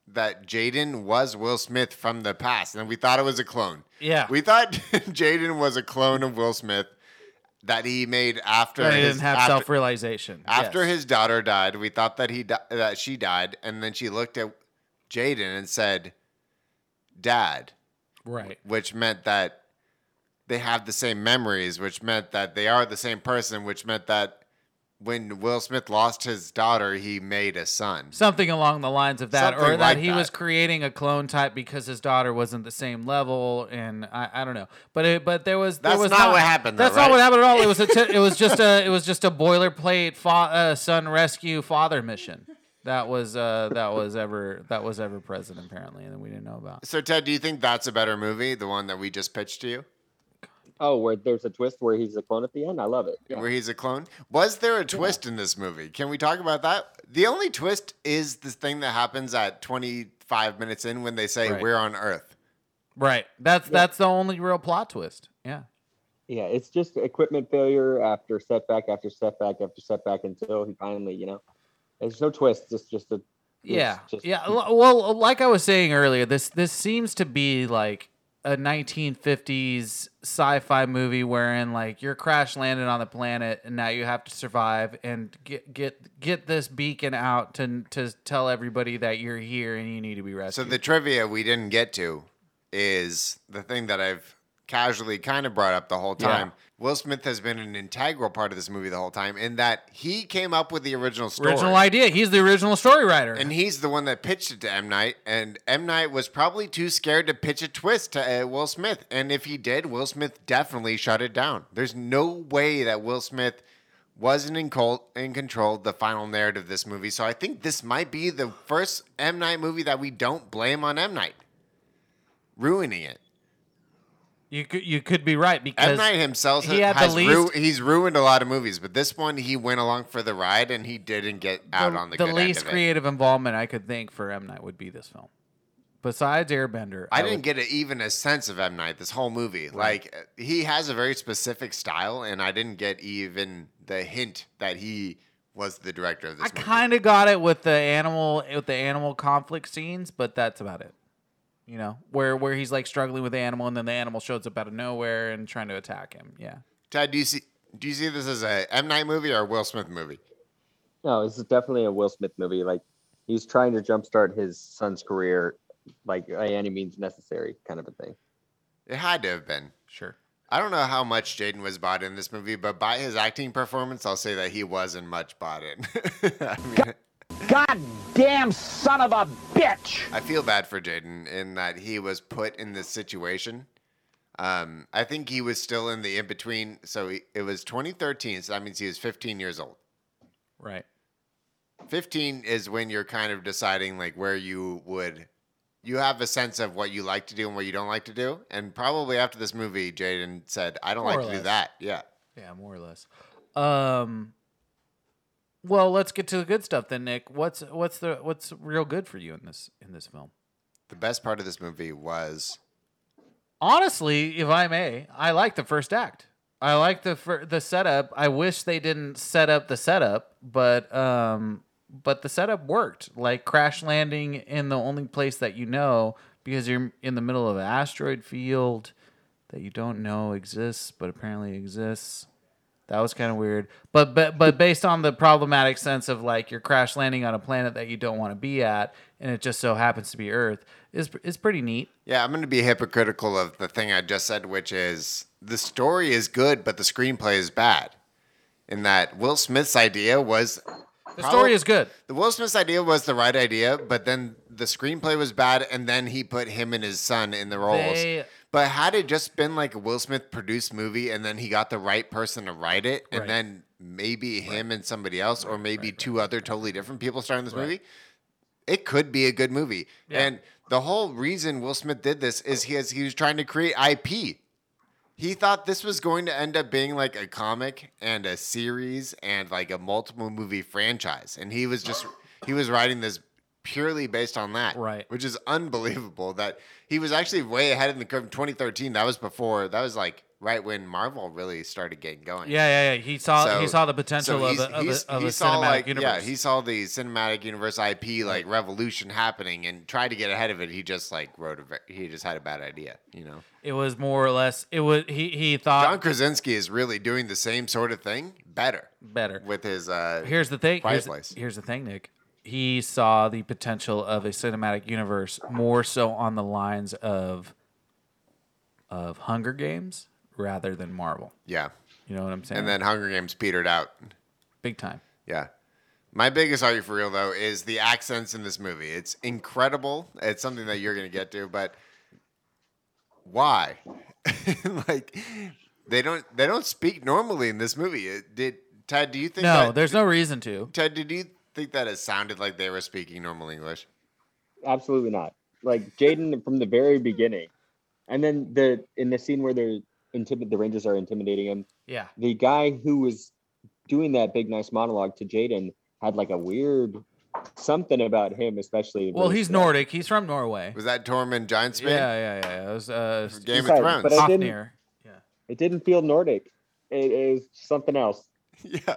that Jaden was Will Smith from the past. And we thought it was a clone. Yeah. We thought Jaden was a clone of Will Smith that he made after But he his didn't have after- self realization after his daughter died, we thought that he di- that she died, and then she looked at Jaden and said, "Dad," right. which meant that they have the same memories, which meant that they are the same person, which meant that when Will Smith lost his daughter, he made a son. Something along the lines of that, or Something that like he that. was creating a clone type because his daughter wasn't the same level, and I, I don't know. But it, but there was That's there was not what happened, though, that's right? not what happened at all. It was a t- it was just a it was just a boilerplate fa- uh, son rescue father mission that was uh, that was ever that was ever present apparently, and we didn't know about. So Ted, do you think that's a better movie, the one that we just pitched to you, Oh, where there's a twist where he's a clone at the end. I love it. Yeah. where he's a clone? Was there a twist in this movie? Can we talk about that? The only twist is this thing that happens at 25 minutes in when they say Right. we're on Earth. Right. That's that's the only real plot twist. Yeah. Yeah, it's just equipment failure after setback after setback after setback until he finally, you know, there's no twist. It's just a Yeah, It's just- yeah. l- Well, like I was saying earlier, this this seems to be like a 1950s sci-fi movie wherein like you're crash landed on the planet and now you have to survive and get get get this beacon out to to tell everybody that you're here and you need to be So rescued. the trivia we didn't get to is the thing that I've casually kind of brought up the whole Yeah. time. Will Smith has been an integral part of this movie the whole time in that he came up with the original story. original idea. He's the original story writer. And he's the one that pitched it to M. Night, and M. Night was probably too scared to pitch a twist to uh, Will Smith. And if he did, Will Smith definitely shut it down. There's no way that Will Smith wasn't in, col- in control of the final narrative of this movie. So I think this might be the first M. Night movie that we don't blame on M. Night ruining it. you could you could be right M. because Night himself he had the has ru- least- he's ruined a lot of movies, but this one he went along for the ride and he didn't get out on the, good end least of it. creative involvement I could think for M Night would be this film. Besides Airbender, I would didn't get a, even a sense of M Night this whole movie. Like uh, he has a very specific style, and I didn't get even the hint that he was the director of this. I kind of got it with the animal with the animal conflict scenes, but that's about it. You know, where where he's like struggling with the animal, and then the animal shows up out of nowhere and trying to attack him. Yeah, Ted, do you see? Do you see this as a M Night movie or a Will Smith movie? no. This is definitely a Will Smith movie. Like he's trying to jumpstart his son's career, like by any means necessary, kind of a thing. It had to have been. sure. I don't know how much Jaden was bought in this movie, but by his acting performance, I'll say that he wasn't much bought in. I mean, Goddamn son of a bitch! I feel bad for Jaden in that he was put in this situation. Um, I think he was still in the in between. So he, it was 2013. So that means he was 15 years old. Right. 15 is when you're kind of deciding like where you would, you have a sense of what you like to do and what you don't like to do. And probably after this movie, Jaden said, I don't More like or to do less. that. Yeah. Yeah, more or less. Um. Well, let's get to the good stuff then, Nick. What's what's the what's real good for you in this in this film? The best part of this movie was honestly, if I may, I like the first act. I like the fir- the setup. I wish they didn't set up the setup, but um, but the setup worked. Like crash landing in the only place that you know because you're in the middle of an asteroid field that you don't know exists, but apparently exists. That was kind of weird, but but but based on the problematic sense of like you're crash landing on a planet that you don't want to be at, and it just so happens to be Earth, is is pretty neat. Yeah, I'm going to be hypocritical of the thing I just said, which is the story is good, but the screenplay is bad. In that Will Smith's idea was The story is good. the Will Smith's idea was the right idea, but then the screenplay was bad, and then he put him and his son in the roles. They- but had it just been like a Will Smith produced movie, and then he got the right person to write it, and Right. then maybe him and somebody else, or maybe two other totally different people starring this movie, it could be a good movie. Yeah. And the whole reason Will Smith did this is he has, he was trying to create IP. He thought this was going to end up being like a comic and a series and like a multiple movie franchise, and he was just he was writing this purely based on that, Right. Which is unbelievable that he was actually way ahead in the curve. in 2013, that was before that was like right when Marvel really started getting going. Yeah, yeah, yeah. He saw So- he saw the so potential of he's- a, of he's- a, of he a saw, cinematic like, universe. Yeah, he saw the cinematic universe IP like revolution happening and tried to get ahead of it. He just like wrote a ve- he just had a bad idea, you know. it was more or less. It was he he thought John Krasinski is really doing the same sort of thing better better. with his uh Here's the thing. Quiet Here's, Place. here's the thing, Nick. He saw the potential of a cinematic universe more so on the lines of of Hunger Games rather than Marvel. yeah. You know what I'm saying? And then Hunger Games petered out. big time. Yeah. My biggest Are You For Real, though, is the accents in this movie. It's incredible. It's something that you're going to get to, but why? like, they don't they don't speak normally in this movie. It, did Ted? Do you think? No, that, there's no reason to. Ted, did you think that it sounded like they were speaking normal English? Absolutely not. Like Jaden from the very beginning, and then the in the scene where they're intimid, the Rangers are intimidating him. Yeah. The guy who was doing that big nice monologue to Jaden had like a weird something about him, especially. Well, really he's strong. Nordic. He's from Norway. Was that Tormund Giantsbane? Yeah, yeah, yeah. yeah. It was uh, For Game Sorry, of Thrones. but I- didn't- Fafnir. It didn't feel Nordic. It is something else. yeah.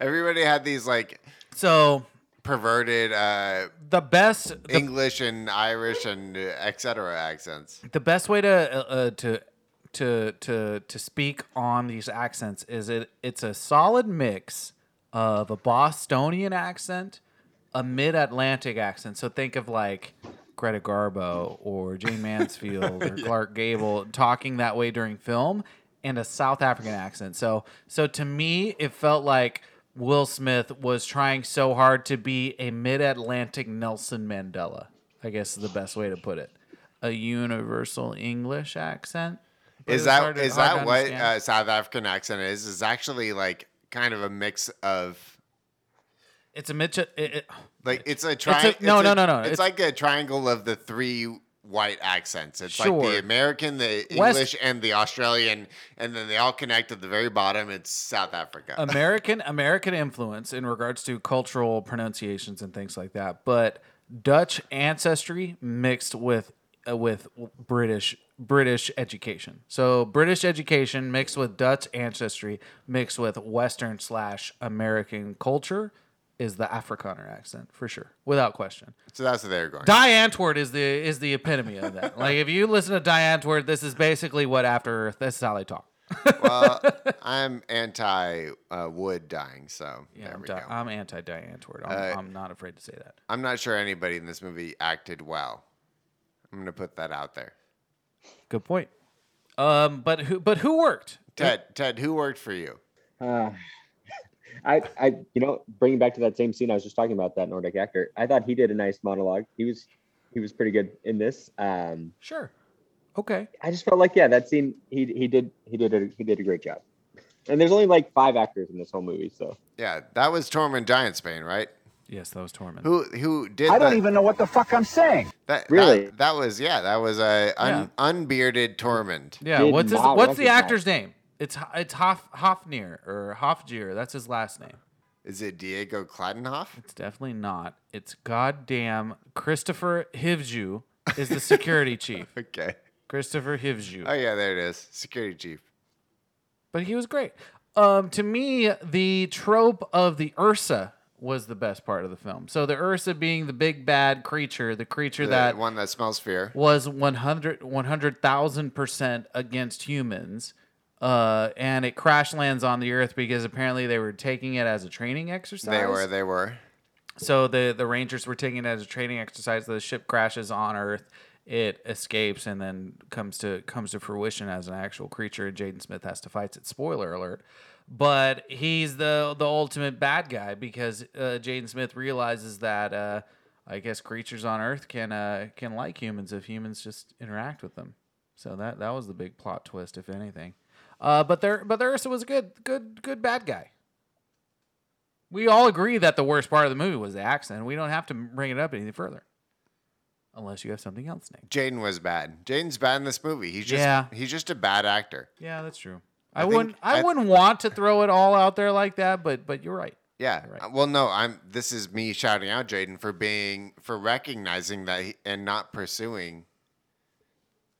Everybody had these like So perverted uh, the best, the English and Irish and uh, et cetera accents. the best way to uh, uh, to to to to speak on these accents is it it's a solid mix of a Bostonian accent, a mid Atlantic accent. So think of like Greta Garbo or Jane Mansfield or Clark Gable talking that way during film, and a South African accent. So so to me, it felt like. Will Smith was trying so hard to be a mid-Atlantic Nelson Mandela. I guess is the best way to put it a universal English accent. but it was is that hard to- is hard that to what understand. uh, South African accent is? Is actually like kind of a mix of it's a Mitch. It, it, like it's a triangle. no, no, no, no, It's, it's- like a triangle of the three white accents. It's like the Sure. American, the West- English, and the Australian, and then they all connect at the very bottom. It's South Africa. Um, American American influence in regards to cultural pronunciations and things like that, but Dutch ancestry mixed with uh, with British British education. So British education mixed with Dutch ancestry mixed with Western slash American culture is the Afrikaner accent for sure, without question. so that's what they're going. Di Antwoord is the is the epitome of that. like if you listen to Di Antwoord, this is basically what After Earth. This is how they talk. well, I'm anti uh, wood dying, so Yeah, there I'm, we di- uh, go. Uh, I'm anti Di Antwoord. I'm, I'm not afraid to say that. I'm not sure anybody in this movie acted well. I'm gonna put that out there. Good point. Um, but who but who worked? Ted, Ted, who worked for you? Uh, I, I, you know, bringing back to that same scene I was just talking about, that Nordic actor. I thought he did a nice monologue. He was, he was pretty good in this. Um, Sure. Okay. I just felt like, yeah, that scene. He, he did, he did, a, he did a great job. And there's only like five actors in this whole movie, so Yeah, that was Tormund Giantsbane, right? Yes, that was Torment. Who who did? I don't the- even know what the fuck I'm saying. that, Really? That, that was yeah. That was a un, unbearded Tormund. Yeah. did What's his, not what's the recognize. actor's name? It's Ho- it's Hof Hofnir or Hofgier. That's his last name. Is it Diego Kladenhoff? It's definitely not. It's goddamn Christopher Hivju is the security chief. Okay. Christopher Hivju. Oh yeah, there it is. Security chief. but he was great. Um, to me, the trope of the Ursa was the best part of the film. So the Ursa being the big bad creature, the creature The that one that smells fear. was 100 100,000% against humans. Uh, and it crash lands on the earth because apparently they were taking it as a training exercise. They were. They were. So the the Rangers were taking it as a training exercise. The ship crashes on Earth. It escapes and then comes to comes to fruition as an actual creature, and Jaden Smith has to fight it. Spoiler alert! But he's the the ultimate bad guy because uh, Jaden Smith realizes that uh, I guess creatures on Earth can uh, can like humans if humans just interact with them. So that that was the big plot twist, if anything. Uh, but there but the Ursa was a good good good bad guy. We all agree that the worst part of the movie was the accent. We don't have to bring it up any further, unless you have something else, Nick. Jaden was bad. Jaden's bad in this movie. He's just Yeah. he's just a bad actor. Yeah, that's true. I I, think- wouldn't. I, I- wouldn't want to throw it all out there like that, but but you're right. Yeah. Right. Uh, Well, no, I'm. This is me shouting out Jaden for being for recognizing that he, and not pursuing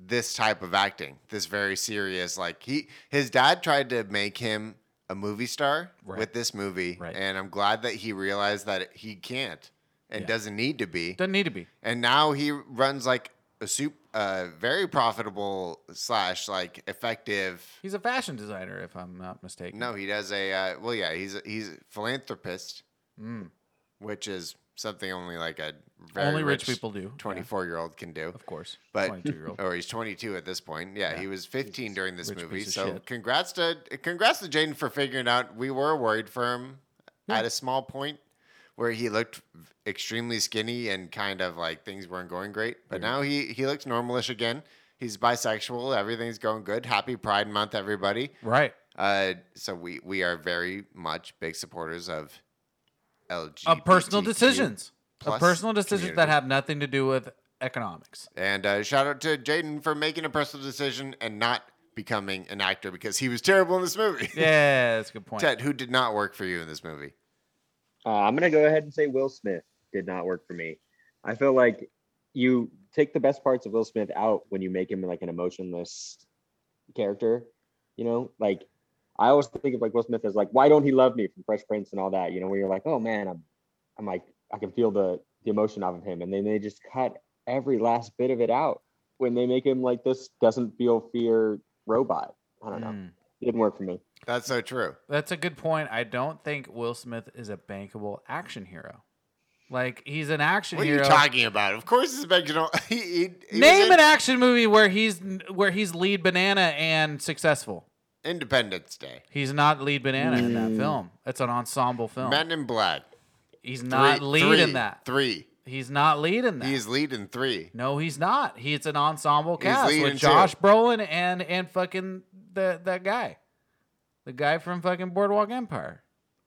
this type of acting. This very serious, like he his dad tried to make him a movie star Right. with this movie, Right. and I'm glad that he realized that he can't and Yeah. doesn't need to be. Doesn't need to be. And now he runs like a soup, uh, very profitable slash like effective. He's a fashion designer, if I'm not mistaken. No, he does a uh, well. Yeah, he's a, he's a philanthropist, Mm. which is something only like a very only rich, people do. yeah, Twenty-four year old can do, of course. but Twenty-two-year-old. or he's twenty-two at this point. Yeah, he was fifteen during this rich movie. piece of So shit. congrats to congrats to Jaden for figuring out. We were worried for him at a small point where he looked extremely skinny and kind of like things weren't going great. But now he he looks normalish again. He's bisexual. Everything's going good. Happy Pride Month, everybody. Right. Uh, so we we are very much big supporters of LGBTQ Of personal decisions. Of plus personal decisions that community. have nothing to do with economics. And uh, shout out to Jaden for making a personal decision and not becoming an actor because he was terrible in this movie. Yeah, that's a good point. Ted, who did not work for you in this movie? Uh, I'm going to go ahead and say Will Smith did not work for me. I feel like you take the best parts of Will Smith out when you make him like an emotionless character. You know, like I always think of like Will Smith as like, why don't he love me from Fresh Prince and all that? You know, where you're like, oh man, I'm, I'm like, I can feel the the emotion out of him, and then they just cut every last bit of it out when they make him like this doesn't feel fear robot. I don't know. Mm. It didn't work for me. That's so true. That's a good point. I don't think Will Smith is a bankable action hero. Like he's an action What are hero. you talking about? Of course, it's original. he, he, he was Name in an action movie where he's where he's lead banana and successful. Independence Day, He's not lead banana in Mm. that film. It's an ensemble film. Men in Black. he's not Three- lead three- in that. Three. He's not lead in that. He's lead in three. no, he's not. He's an ensemble cast lead with in Josh two. Brolin and and fucking the that guy, the guy from fucking Boardwalk Empire.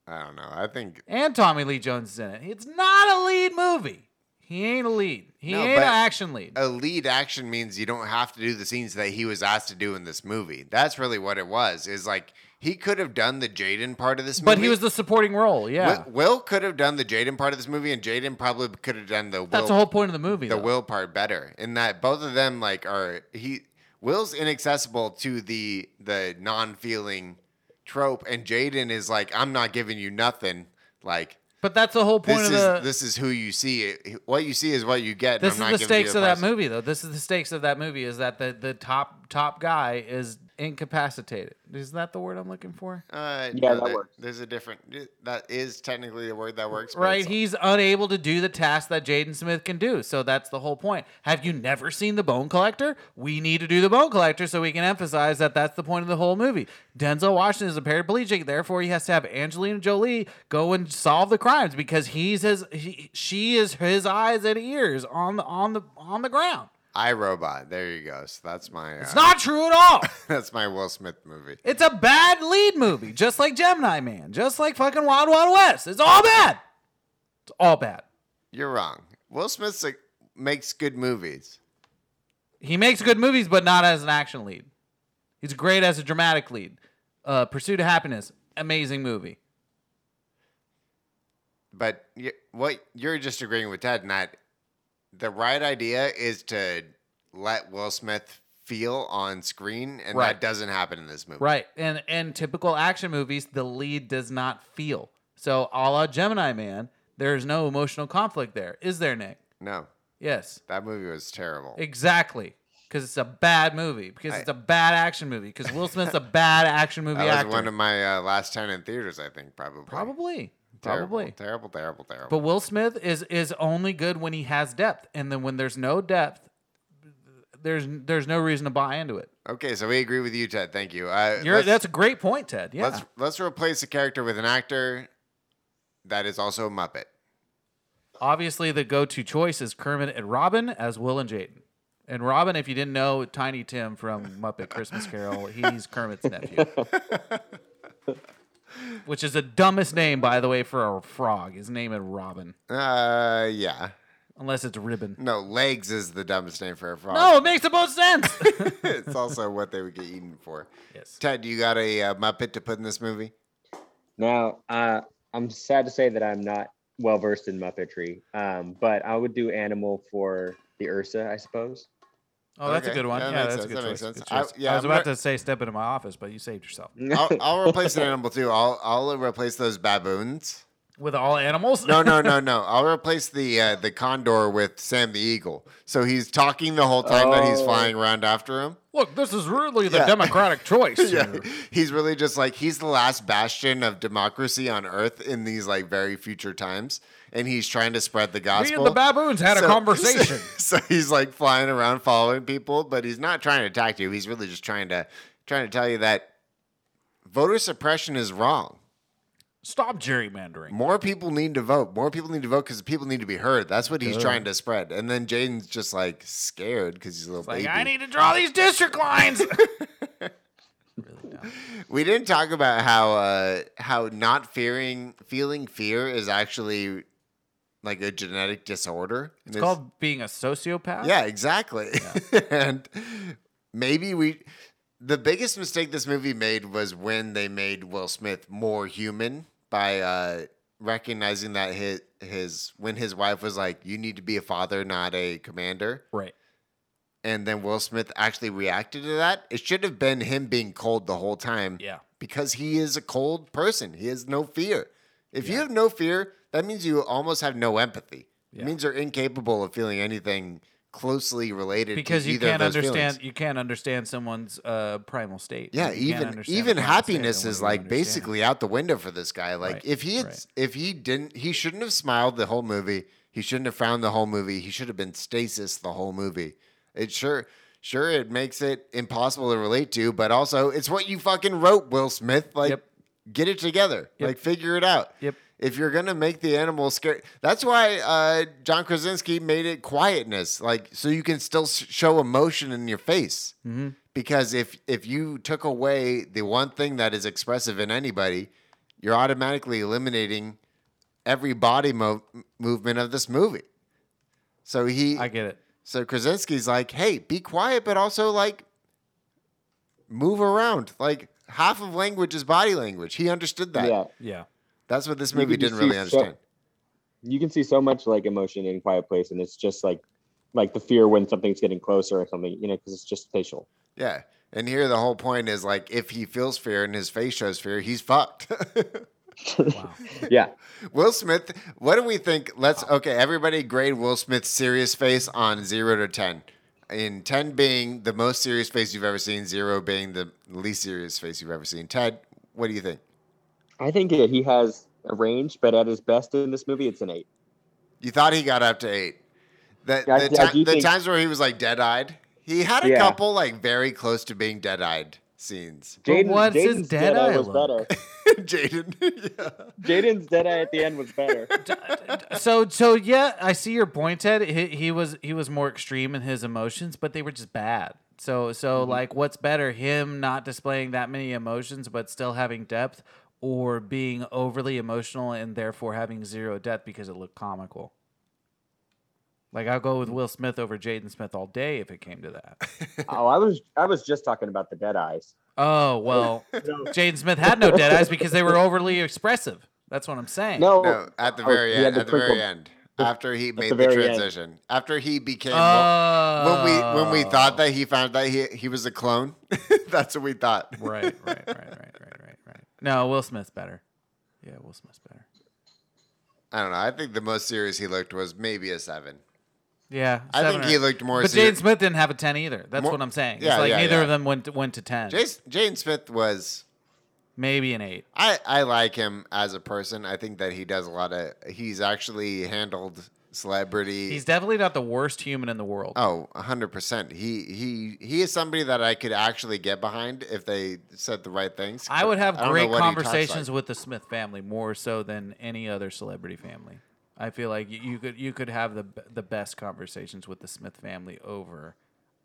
I don't know. I think and Tommy Lee Jones is in it. It's not a lead movie. He ain't a lead. He No, ain't an but- action lead. a lead action means you don't have to do the scenes that he was asked to do in this movie. That's really what it was. Is like he could have done the Jaden part of this movie, But he was the supporting role. Yeah, Will, Will could have done the Jaden part of this movie, and Jaden probably could have done the Will, that's the whole point of the movie. the though. Will part better. In that both of them like are he Will's inaccessible to the the non feeling trope, and Jaden is like I'm not giving you nothing. Like but that's the whole point this of is the. this is who you see. What you see is what you get. and this I'm is not the giving you stakes of that price. movie, though. This is the stakes of that movie is that the, the top top guy is incapacitated. Is that the word I'm looking for? Uh, Yeah, no, that there- works. There's a different. That is technically the word that works. but Right, it's- he's unable to do the task that Jaden Smith can do. So that's the whole point. Have you never seen The Bone Collector? We need to do The Bone Collector so we can emphasize that that's the point of the whole movie. Denzel Washington is a paraplegic, therefore he has to have Angelina Jolie go and solve the crimes because he's his he, she is his eyes and ears on the on the on the ground. iRobot. There you go. So that's my. Uh, It's not true at all. That's my Will Smith movie. It's a bad lead movie, just like Gemini Man, just like fucking Wild Wild West. It's all bad. It's all bad. You're wrong. Will Smith like, makes good movies. he makes good movies, but not as an action lead. He's great as a dramatic lead. Uh, Pursuit of Happiness, amazing movie. But you, what you're just agreeing with Ted, not the right idea is to let Will Smith feel on screen, and Right. that doesn't happen in this movie. Right. And and typical action movies, the lead does not feel. So a la Gemini Man, there's no emotional conflict there. Is there, Nick? No, Yes. that movie was terrible. Exactly. Because it's a bad movie. Because it's a bad action movie. Because Will Smith's a bad action movie that was actor. one of my uh, last ten in theaters, I think, probably. Probably. Terrible, Probably. terrible, terrible, terrible. But Will Smith is is only good when he has depth, and then when there's no depth, there's there's no reason to buy into it. Okay, so we agree with you, Ted. Thank you. Uh, You're, let's- that's a great point, Ted. Yeah, Let's let's replace a character with an actor that is also a Muppet. obviously the go-to choice is Kermit and Robin as Will and Jaden. And Robin, if you didn't know, Tiny Tim from Muppet Christmas Carol, he's Kermit's nephew. Which is the dumbest name, by the way, for a frog. His name is Robin, Uh, yeah. unless it's Ribbon. No, legs is the dumbest name for a frog. No, it makes the most sense. it's also what they would get eaten for. yes. Ted, you got a uh, Muppet to put in this movie? Now, uh, I'm sad to say that I'm not well versed in Muppetry, um, but I would do animal for the Ursa, I suppose. Oh, that's Okay, a good one. that yeah, makes that's sense, a good that choice. makes sense. good I- choice. I, yeah, was I'm about re- to say step into my office, but you saved yourself. I'll, I'll replace an animal too. I'll I'll replace those baboons. With all animals? No, no, no, no. I'll replace the uh, the condor with Sam the eagle. So he's talking the whole time that he's Oh. flying around after him. Look, this is really the Yeah. democratic choice. yeah, here. he's really just like he's the last bastion of democracy on Earth in these like very future times, and he's trying to spread the Me gospel. and the baboons had a So- conversation. So, he's like flying around following people, but he's not trying to attack you. He's really just trying to trying to tell you that voter suppression is wrong. Stop gerrymandering. More people need to vote. More people need to vote because people need to be heard. That's what he's trying to spread. And then Jaden's just like scared because he's a little Like baby. I need to draw these district lines. we didn't talk about how uh, how not fearing feeling fear is actually like a genetic disorder. it's called being a sociopath. Yeah, exactly. and maybe we the biggest mistake this movie made was when they made Will Smith more human by uh recognizing that his his when his wife was like you need to be a father not a commander Right. E- and then Will Smith actually reacted to that it should have been him being cold the whole time Yeah. because he is a cold person he has no fear if you have no fear that means you almost have no empathy Yeah. it means you're incapable of feeling anything closely related Because to you either of can't those understand feelings. you can't understand someone's uh, primal state. You Yeah, can't even understand even the primal state happiness unless is you like understand it. basically out the window for this guy. Like Right, if he had, right. if he didn't he shouldn't have smiled the whole movie. He shouldn't have frowned the whole movie. He should have been stasis the whole movie. It sure sure it makes it impossible to relate to, but also it's what you fucking wrote, Will Smith. Like Yep. get it together. Yep. Like figure it out. Yep. If you're gonna make the animal scared, that's why uh, John Krasinski made it quietness, like so you can still s- show emotion in your face. Because if if you took away the one thing that is expressive in anybody, you're automatically eliminating every body mo- movement of this movie. So he, I get it. so Krasinski's like, hey, be quiet, but also like move around. Like half of language is body language. He understood that. yeah. Yeah. That's what this You movie can didn't see really so- understand. you can see so much like emotion in Quiet Place, and it's just like like the fear when something's getting closer or something, you know, because it's just facial. Yeah. And here the whole point is like if he feels fear and his face shows fear, he's fucked. Yeah, Will Smith, what do we think? Let's okay, everybody grade Will Smith's serious face on 0 to 10. In 10 being the most serious face you've ever seen, 0 being the least serious face you've ever seen. Ted, what do you think? I think that he has a range, but at his best in this movie, it's an eight. You thought he got up to 8. The, Yeah, I- the, I ti- do the think- times where he was like dead-eyed. He had a Yeah. couple like very close to being dead-eyed scenes. But what's his dead eye was look? better. Jaden. yeah. Jaden's dead eye at the end was better. So so yeah, I see your point, Ted. He, he was he was more extreme in his emotions, but they were just bad. So so Mm-hmm. like, what's better, him not displaying that many emotions but still having depth, or being overly emotional and therefore having zero depth because it looked comical? Like I'll Mm. go with Will Smith over Jaden Smith all day if it came to that. oh, I was I was just talking about the dead eyes. Oh well, Jaden Smith had no dead eyes because they were overly expressive. That's what I'm saying. No, No, at the oh, very he end. had the At the very crinkle- end. After he made the the, very end. transition. After he became. Oh. when we when we thought that he found that he he was a clone, that's what we thought. right, right, right, right, right, right, right. No, Will Smith's better. Yeah, Will Smith's better. I don't know. I think the most serious he looked was maybe a seven. Yeah, I seven think or- he looked more But Jaden serious. Smith didn't have a ten either. That's More- what I'm saying. yeah, it's like yeah, neither yeah. of them went to, went to ten. Jace, Jaden Smith was. Maybe an eight. I I like him as a person. I think that he does a lot of. He's actually handled celebrity. He's definitely not the worst human in the world. Oh, a hundred percent. He he he is somebody that I could actually get behind if they said the right things. I would have don't know great what he talks conversations like. with the Smith family more so than any other celebrity family. I feel like you, you could you could have the b- the best conversations with the Smith family over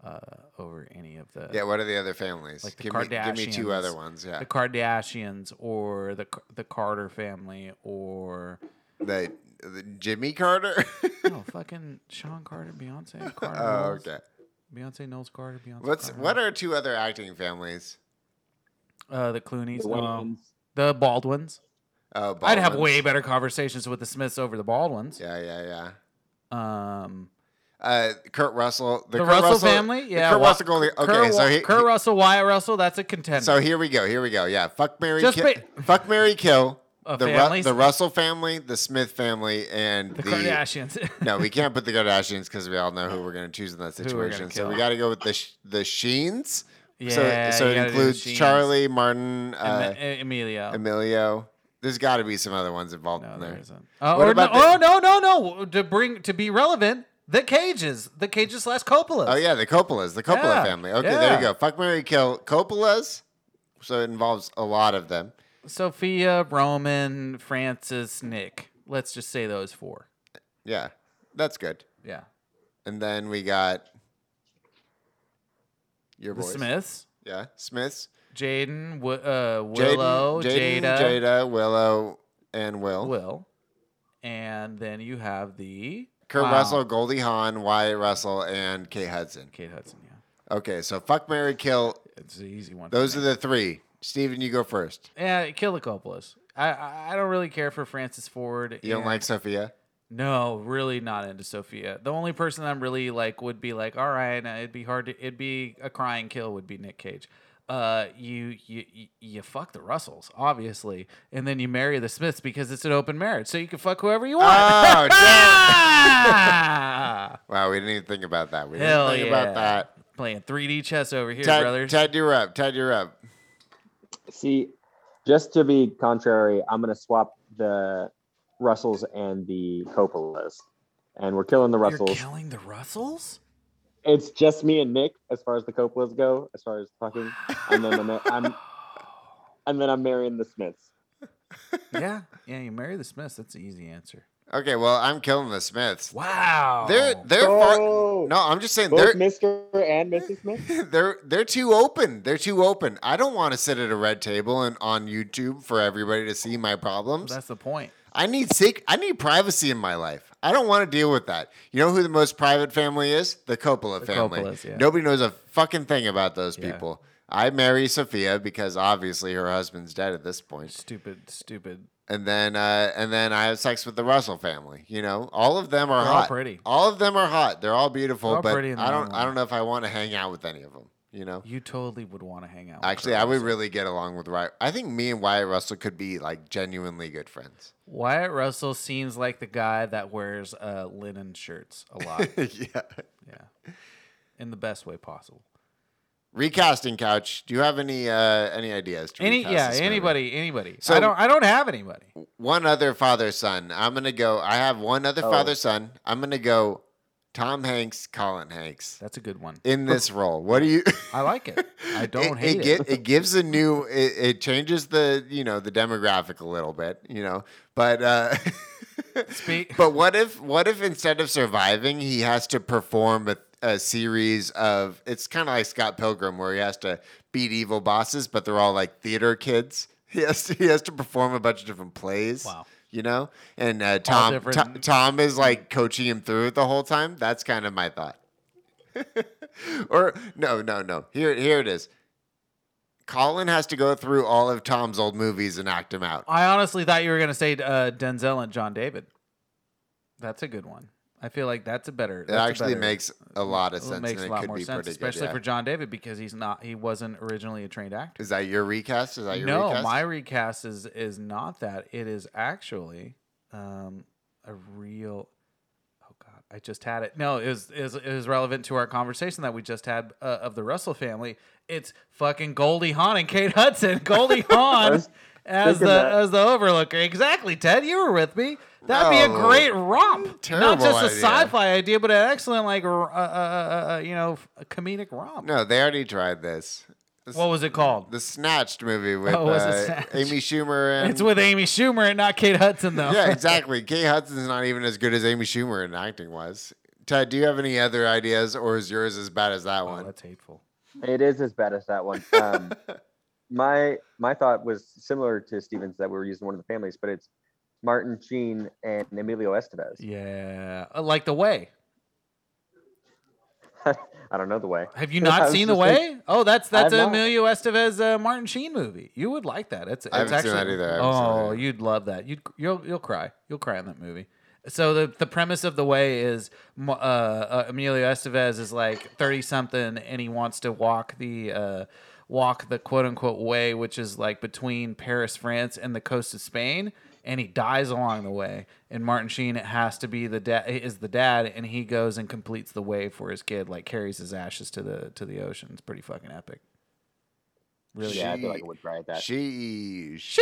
uh, over any of the Yeah, what are the other families? like the give, me, Kardashians. give me two other ones. Yeah, the Kardashians or the Car- the Carter family or the, the Jimmy Carter. oh fucking Sean Carter, Beyonce Carter. oh, Knowles. okay. Beyonce Knowles Carter. Beyonce. What's Carter what are two other acting families? Knowles. uh, the Clooney's? The The, Um, ones- the Baldwins. Oh, I'd have Baldwins. way better conversations with the Smiths over the Baldwins. Yeah, yeah, yeah. Um, Uh, Kurt Russell, the, Kurt Russell, family. the Yeah, Kurt Wa- Russell. Goldie- Okay, Kurt, so Wa- he, Kurt Russell, Wyatt Russell. That's a contender. so here we go. Here we go. Yeah, fuck Mary, Just Kill, ba- fuck Mary Kill, Of the families? the Russell family, the Smith family, and the Kardashians. No, we can't put the Kardashians because we all know who we're going to choose in that we're gonna situation. So we kill. got to go with the sh- the Sheens. Yeah, so so you gotta do it the includes Sheens. Charlie, Martin, uh, Em- E- Emilio. Emilio. There's got to be some other ones involved No, in there there. isn't. Uh, What or no, about oh the- no, no, no! To bring to be relevant, the Cages, the Cages slash Coppolas. Oh yeah, the Coppolas, the Coppola Yeah, family. Okay, there you yeah. go. Fuck Mary Kill Coppolas. So it involves a lot of them. Sophia, Roman, Francis, Nick. Let's just say those four. Yeah, that's good. Yeah. And then we got your The boys. Smiths, Yeah, Smiths. Jaden, Wi- uh, Jaden- Willow, Jaden, Jada, Jada, Willow, and Will. Will. And then you have the Kurt Wow. Russell, Goldie Hawn, Wyatt Russell, and Kate Hudson. Kate Hudson. Yeah. Okay, so fuck Mary Kill. It's an easy one. for Those are me. the three. Steven, you go first. Yeah, kill the Coppolas. I, I I don't really care for Francis Ford. You don't and- like Sophia? No, really not into Sophia. The only person I'm really like would be like, all right, uh, it'd be hard to, it'd be a crying kill would be Nick Cage. Uh, you you you- you fuck the Russells, obviously, and then you marry the Smiths because it's an open marriage, so you can fuck whoever you want. Oh, damn. Ah! Wow, we didn't even think about that. We didn't Hell think yeah. about that. Playing 3D chess over here, Ted, brothers. Ted, you're up. Ted, you're up. See, just to be contrary, I'm going to swap the Russells and the Coppolas, and we're killing the You're Russells. killing the Russells. it's just me and Nick as far as the Coppolas go, as far as fucking, and then I'm, I'm and then I'm marrying the Smiths. yeah, yeah. You marry the Smiths. That's an easy answer. Okay, well, I'm killing the Smiths. Wow. They're they're Oh. far. No, I'm just saying Both they're Mr. and Mrs. Smith. they're they're too open. They're too open. I don't want to sit at a red table and on YouTube for everybody to see my problems. That's the point. I need sec- I need privacy in my life. I don't want to deal with that. You know who the most private family is? The Coppola The family. Coppolas, yeah. Nobody knows a fucking thing about those Yeah. people. I marry Sophia because obviously her husband's dead at this point. Stupid, stupid. and then uh, and then I have sex with the Russell family. You know, all of them are They're all hot. pretty. All of them are hot. They're all beautiful, They're all but pretty in their I own don't. I way. don't know if I want to hang out with any of them. You know, You totally would want to hang out. with actually, her I would also. really get along with Wyatt. I think me and Wyatt Russell could be like genuinely good friends. Wyatt Russell seems like the guy that wears uh, linen shirts a lot. yeah. yeah, in the best way possible. Recasting couch. Do you have any uh, any ideas? To Any, recast yeah, this movie? anybody, anybody. So- I don't, I don't have anybody. One other father son. I'm gonna go. I have one other father son. I'm gonna go. Tom Hanks, Colin Hanks That's a good one. in this role. What do you? I like it. I don't it, hate it, it. gi- it gives a new it, it changes the you know the demographic a little bit you know but uh Speak- but what if what if instead of surviving he has to perform a, a series of it's kind of like scott pilgrim where he has to beat evil bosses but they're all like theater kids he has to, he has to perform a bunch of different plays Wow. you know and uh, tom, different- tom tom is like coaching him through it the whole time that's kind of my thought or no, no, no. Here, here it is. Colin has to go through all of Tom's old movies and act him out. I honestly thought you were gonna say uh, Denzel and John David. That's a good one. I feel like that's a better. It that's a actually better- makes a lot of Well, sense. It makes and a it lot could more be sense, pretty especially good, for yeah. John David because he's not. He wasn't originally a trained actor. Is that your recast? Is that your no, recast? my recast is is not that. It is actually um, a real. Oh God, I just had it. No, it was is is relevant to our conversation that we just had uh, of the Russell family. It's fucking Goldie Hawn and Kate Hudson. Goldie Hawn was as the thinking that. as the overlooker. Exactly, Ted. You were with me. That'd be a No. great romp. Not Terrible just a idea. sci-fi idea, but an excellent like r- uh, uh, uh, uh, you know f- comedic romp. No, they already tried this. This- What was it called? the Snatched movie with Oh, was it uh, Snatched? Amy Schumer and It's with Amy Schumer and not Kate Hudson, though. yeah, exactly. Kate Hudson's not even as good as Amy Schumer in acting was. Ted, do you have any other ideas, or is yours as bad as that Oh, one? that's hateful. It is as bad as that one. Um, my my thought was similar to Stevens that we were using one of the families, but it's Martin Sheen and Emilio Estevez. Yeah, Uh, like the way. I don't know the way. Have you I not was seen the just way? oh, that's that's I've an not. Emilio Estevez uh, Martin Sheen movie. You would like that. It's, it's I haven't actually seen that either. I haven't seen that oh, either. you'd love that. You'd you'll you'll cry. You'll cry in that movie. So the the premise of the way is mo- uh, uh, Emilio Estevez is like thirty something and he wants to walk the. Uh, walk the quote unquote way which is like between Paris France and the coast of Spain and he dies along the way and Martin Sheen has to be the dad is the dad and he goes and completes the way for his kid like carries his ashes to the to the ocean it's pretty fucking epic really Yeah, I She- feel like I would try at that. She, she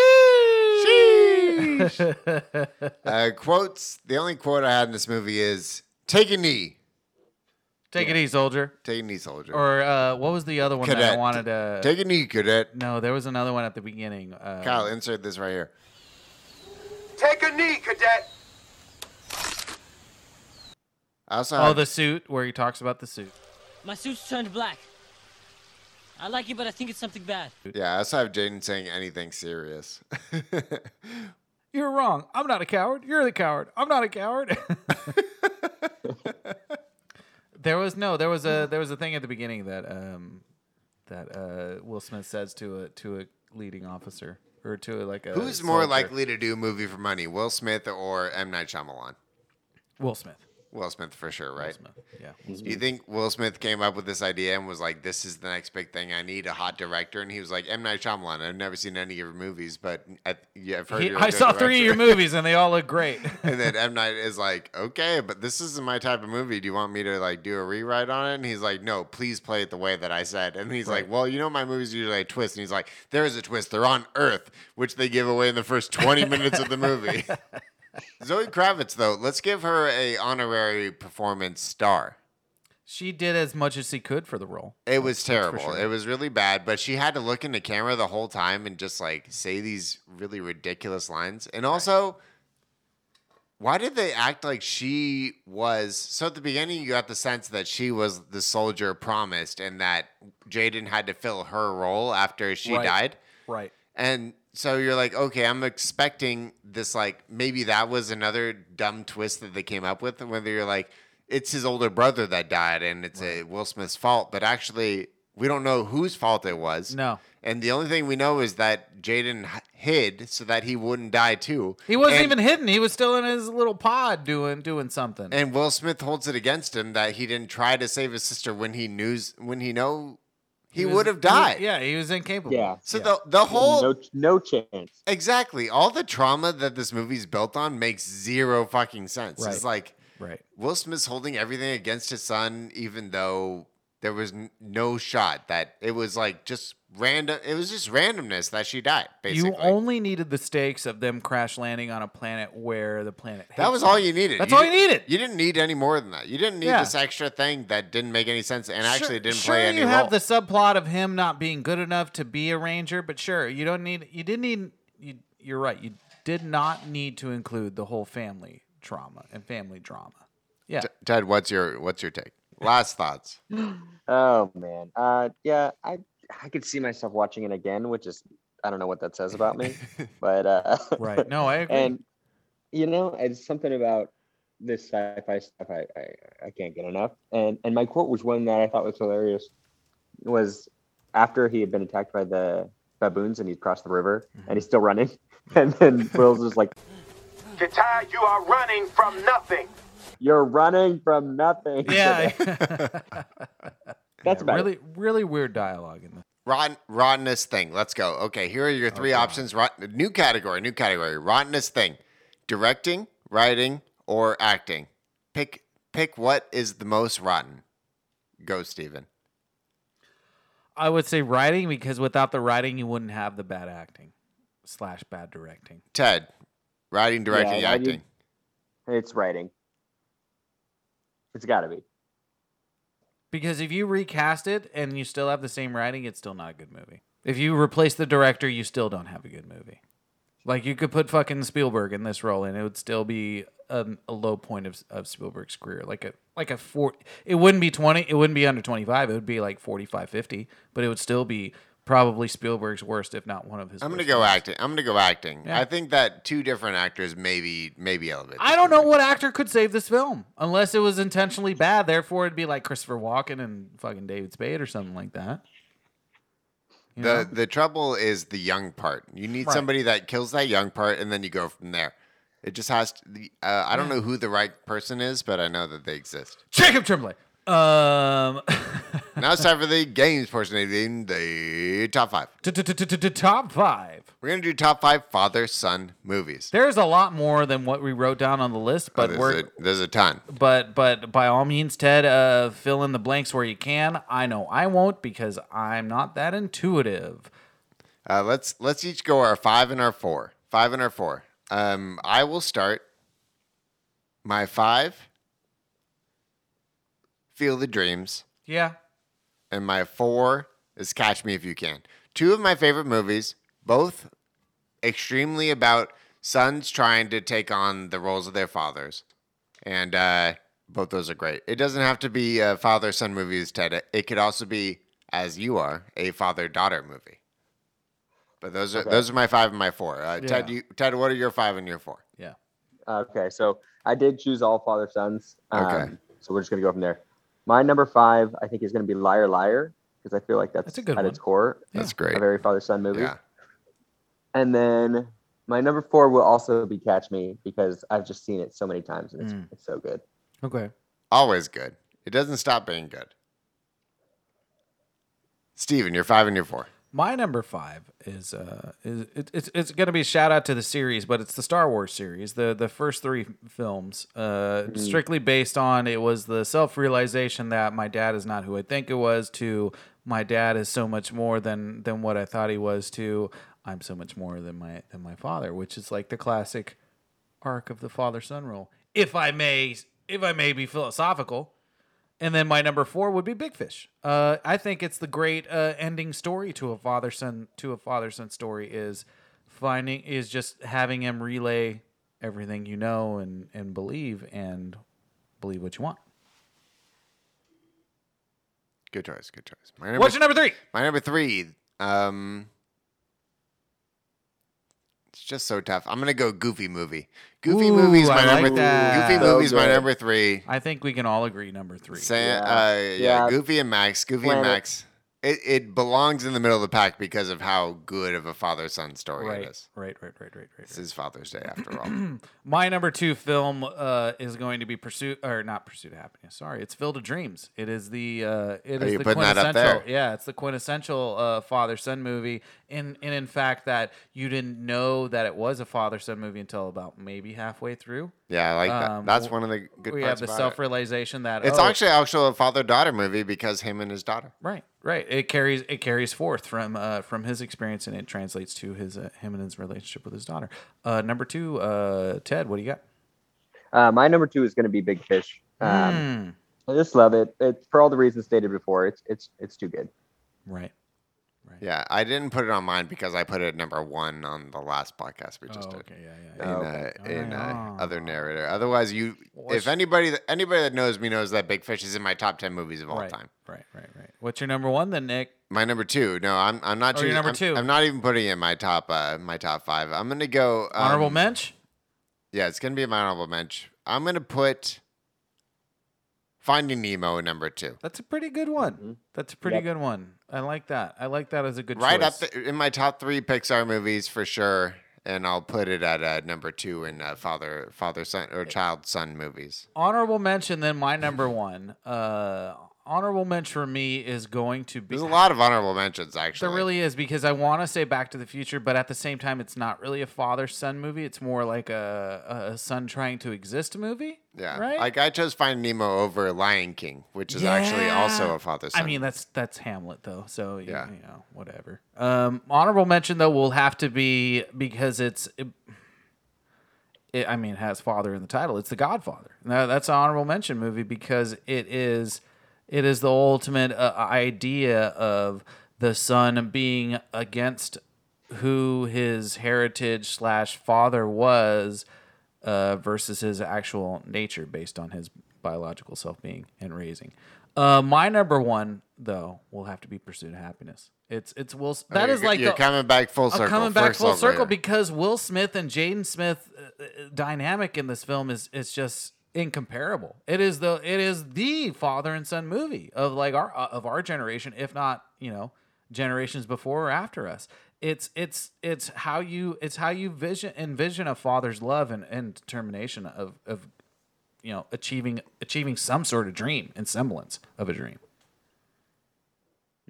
Sheesh. uh, quotes. The only quote I had in this movie is "Take a knee." Take it easy, soldier. Take a knee, soldier. Or uh, what was the other one that I Cadet. wanted to? Take a knee, cadet. no, there was another one at the beginning. Uh, Kyle, insert this right here. Take a knee, cadet. I also oh, have, the suit where he talks about the suit. My suit's turned black. I like it, but I think it's something bad. yeah, I also have Jaden saying anything serious. You're wrong. I'm not a coward. You're the coward. I'm not a coward. there was no. There was a. There was a thing at the beginning that um, that uh, Will Smith says to a to a leading officer or to a, like a. Who's more soldier. likely to do a movie for money, Will Smith or M Night Shyamalan? Will Smith? Will Smith for sure, right? Smith. Yeah. Do you think Will Smith came up with this idea and was like, "This is the next big thing. I need a hot director"? And he was like, "M Night Shyamalan. I've never seen any of your movies, but I, yeah, I've heard." He- you're a I good saw three of your director." movies and they all look great. and then M Night is like, "Okay, but this isn't my type of movie. Do you want me to like do a rewrite on it?" And he's like, "No, please play it the way that I said." And he's like, "Well, you know my movies usually a twist." And he's like, "There is a twist. They're on Earth, which they give away in the first 20 minutes of the movie." Zoe Kravitz, though, let's give her a honorary performance star. she did as much as she could for the role. It was terrible. sure. It was really bad, but she had to look in the camera the whole time and just like say these really ridiculous lines. And also, why did they act like she was so at the beginning you got the sense that she was the soldier promised and that Jaden had to fill her role after she Right. died. Right. And so you're like, okay, I'm expecting this. Like, maybe that was another dumb twist that they came up with. Whether you're like, it's his older brother that died and it's a Will Smith's fault, but actually, we don't know whose fault it was. No. And the only thing we know is that Jaden h- hid so that he wouldn't die too. He wasn't And- even hidden. He was still in his little pod doing doing something. And Will Smith holds it against him that he didn't try to save his sister when he knew when he know he, was- would have died. he- yeah, he was incapable. Yeah. So the the whole no, no chance. Exactly. All the trauma that this movie's built on makes zero fucking sense. Right. It's like Right. Will Smith's holding everything against his son, even though there was n- no shot that it was like just random. It was just randomness that she died. Basically, You only needed the stakes of them crash landing on a planet where the planet. that hates was them. all you needed. That's all you didn't- needed. You didn't need any more than that. You didn't need Yeah. this extra thing that didn't make any sense and actually Sure- didn't sure play any you role. have the subplot of him not being good enough to be a ranger, but sure, you don't need. You didn't need. You, you're right. You did not need to include the whole family trauma and family drama. Yeah. T- Ted, what's your what's your take? Last thoughts. Oh man. Uh, yeah, I I could see myself watching it again, which is I don't know what that says about me, but uh, right. No, I agree. and you know, it's something about this sci-fi stuff I, I I can't get enough. And and my quote was one that I thought was hilarious. Was after he had been attacked by the baboons and he'd crossed the river and Mm-hmm. he's still running, and then Will's just like, Get tired. You are running from nothing. "You're running from nothing." yeah. that's about it. really, really weird dialogue in this. Rotten, rottenest thing. Let's go. Okay, here are your three options. Rot, new category, new category. Rottenest thing: directing, writing, or acting. Pick, pick. What is the most rotten? Go, Steven. I would say writing because without the writing, you wouldn't have the bad acting slash bad directing. Ted, writing, directing, Yeah, writing. acting. It's writing. It's got to be. Because if you recast it and you still have the same writing, it's still not a good movie. If you replace the director, you still don't have a good movie. Like you could put fucking Spielberg in this role, and it would still be um, a low point of, of Spielberg's career. Like a like a four. It wouldn't be twenty. It wouldn't be under twenty five. It would be like 45, 50, But it would still be probably Spielberg's worst, if not one of his. I'm gonna worst go films. acting. I'm gonna go acting. Yeah. I think that two different actors maybe maybe elevate. I this don't know movie. what actor could save this film unless it was intentionally bad. Therefore, it'd be like Christopher Walken and fucking David Spade or something like that. You know? The the trouble is the young part. You need Right. somebody that kills that young part, and then you go from there. It just has to. the- Uh, I don't know who the right person is, but I know that they exist. Jacob Tremblay. Um, Now it's time for the games portion of the- the top five. top five. We're gonna do top five father son movies. There's a lot more than what we wrote down on the list, Oh, but we're there's, a, there's a ton. but but by all means, Ted, uh, fill in the blanks where you can. I know I won't because I'm not that intuitive. Uh, let's let's each go our five and our four. Five and our four. Um, I will start. My five. Feel the Dreams. Yeah. And my four is Catch Me If You Can. Two of my favorite movies, both extremely about sons trying to take on the roles of their fathers. And uh, both those are great. It doesn't have to be a father son movie, as Ted. It could also be, as you are, a father daughter movie. But those are Okay. those are my five and my four. Uh, Ted, Yeah. you, Ted, what are your five and your four? Yeah. Okay, so I did choose all father sons. Um, Okay. So we're just gonna go from there. My number five, I think, is gonna be Liar Liar because I feel like that's, a good at one. its core. That's great. A very father son movie. Yeah. And then my number four will also be Catch Me because I've just seen it so many times and it's, Mm. it's so good. Okay. Always good. It doesn't stop being good. Steven, you're five and you're four. My number five is uh is it, it's it's gonna be a shout out to the series, but it's the Star Wars series, the the first three films, uh, Mhm. strictly based on it was the self realization that my dad is not who I think it was. To my dad is so much more than than what I thought he was. To I'm so much more than my than my father, which is like the classic arc of the father son rule, if I may if I may be philosophical. And then my number four would be Big Fish. Uh, I think it's the great uh, ending story to a father son to a father son story is finding is just having him relay everything you know and and believe and believe what you want. Good choice. Good choice. My What's your number three? My number three. Um, it's just so tough. I'm gonna go Goofy movie. Goofy Ooh, movie is my I like number. that. Goofy So movie is my good. number three. I think we can all agree number three. Sa- Yeah. Uh, yeah. Yeah. Goofy and Max. Goofy and Planet. Max. It, it belongs in the middle of the pack because of how good of a father son story Right, it is. right, right, right, right, right. This is Father's Day after all. My number two film uh, is going to be Pursuit or not Pursuit of Happiness. Sorry, it's Field of Dreams. It is the uh, it Oh, is you're the putting that quintessential. up there. Yeah, it's the quintessential uh, father son movie. And and in fact, that you didn't know that it was a father son movie until about maybe halfway through. Yeah, I like Um, that. That's w- one of the good we have parts the about self realization that it. It's oh, actually actually a father daughter movie because him and his daughter. right, right. It carries it carries forth from uh, from his experience and it translates to his uh, him and his relationship with his daughter. Uh, number two, uh, Ted, what do you got? Uh, my number two is gonna be Big Fish. Um, Mm, I just love it. It's for all the reasons stated before. It's it's it's too good. Hmm, right. Yeah, I didn't put it on mine because I put it at number one on the last podcast we just Oh, did. okay, Ah. yeah, yeah. in, Oh, uh, in uh, Alright. other narrator. Otherwise, you What's- if anybody that- anybody that knows me knows that Big Fish is in my top ten movies of all right, time. Right, right, right. What's your number one then, Nick? My number two. No, I'm I'm not. Oh, your choosing- number I'm, two. I'm not even putting it in my top uh, my top five. I'm gonna go um, Honorable Mensch? Yeah, it's gonna be my honorable mensch. I'm gonna put Finding Nemo in number two. That's a pretty good one. Mm-hmm. That's a pretty good one. I like that. I like that as a good Right choice. up the, in my top three Pixar movies for sure, and I'll put it at uh, number two in uh, father father son or child son movies. Honorable mention, then my number one. Uh, honorable mention for me is going to be. There's a lot of honorable mentions actually. There really is because I want to say Back to the Future, but at the same time, it's not really a father son movie. It's more like a, a son trying to exist movie. Yeah. Right? Like I chose Find Nemo over Lion King, which is actually Yeah. also a father son. I mean, that's that's Hamlet though, so you, Yeah. you know, whatever. Um, honorable mention though will have to be because it's. It, it- I mean, it has father in the title. It's The Godfather. Now that's an honorable mention movie because it is, it is the ultimate uh, idea of the son being against who his heritage slash father was, uh, versus his actual nature based on his biological self being and raising. Uh, my number one though will have to be Pursuit of Happiness. It's it's Will. Oh, That you're, is like you're the- coming back full circle. I'm coming back first full love circle later. because Will Smith and Jaden Smith uh, uh, dynamic in this film is is just incomparable. It is the it is the father and son movie of like our uh, of our generation, if not you know generations before or after us. It's it's it's how you it's how you vision envision a father's love and, and determination of of you know achieving achieving some sort of dream and semblance of a dream.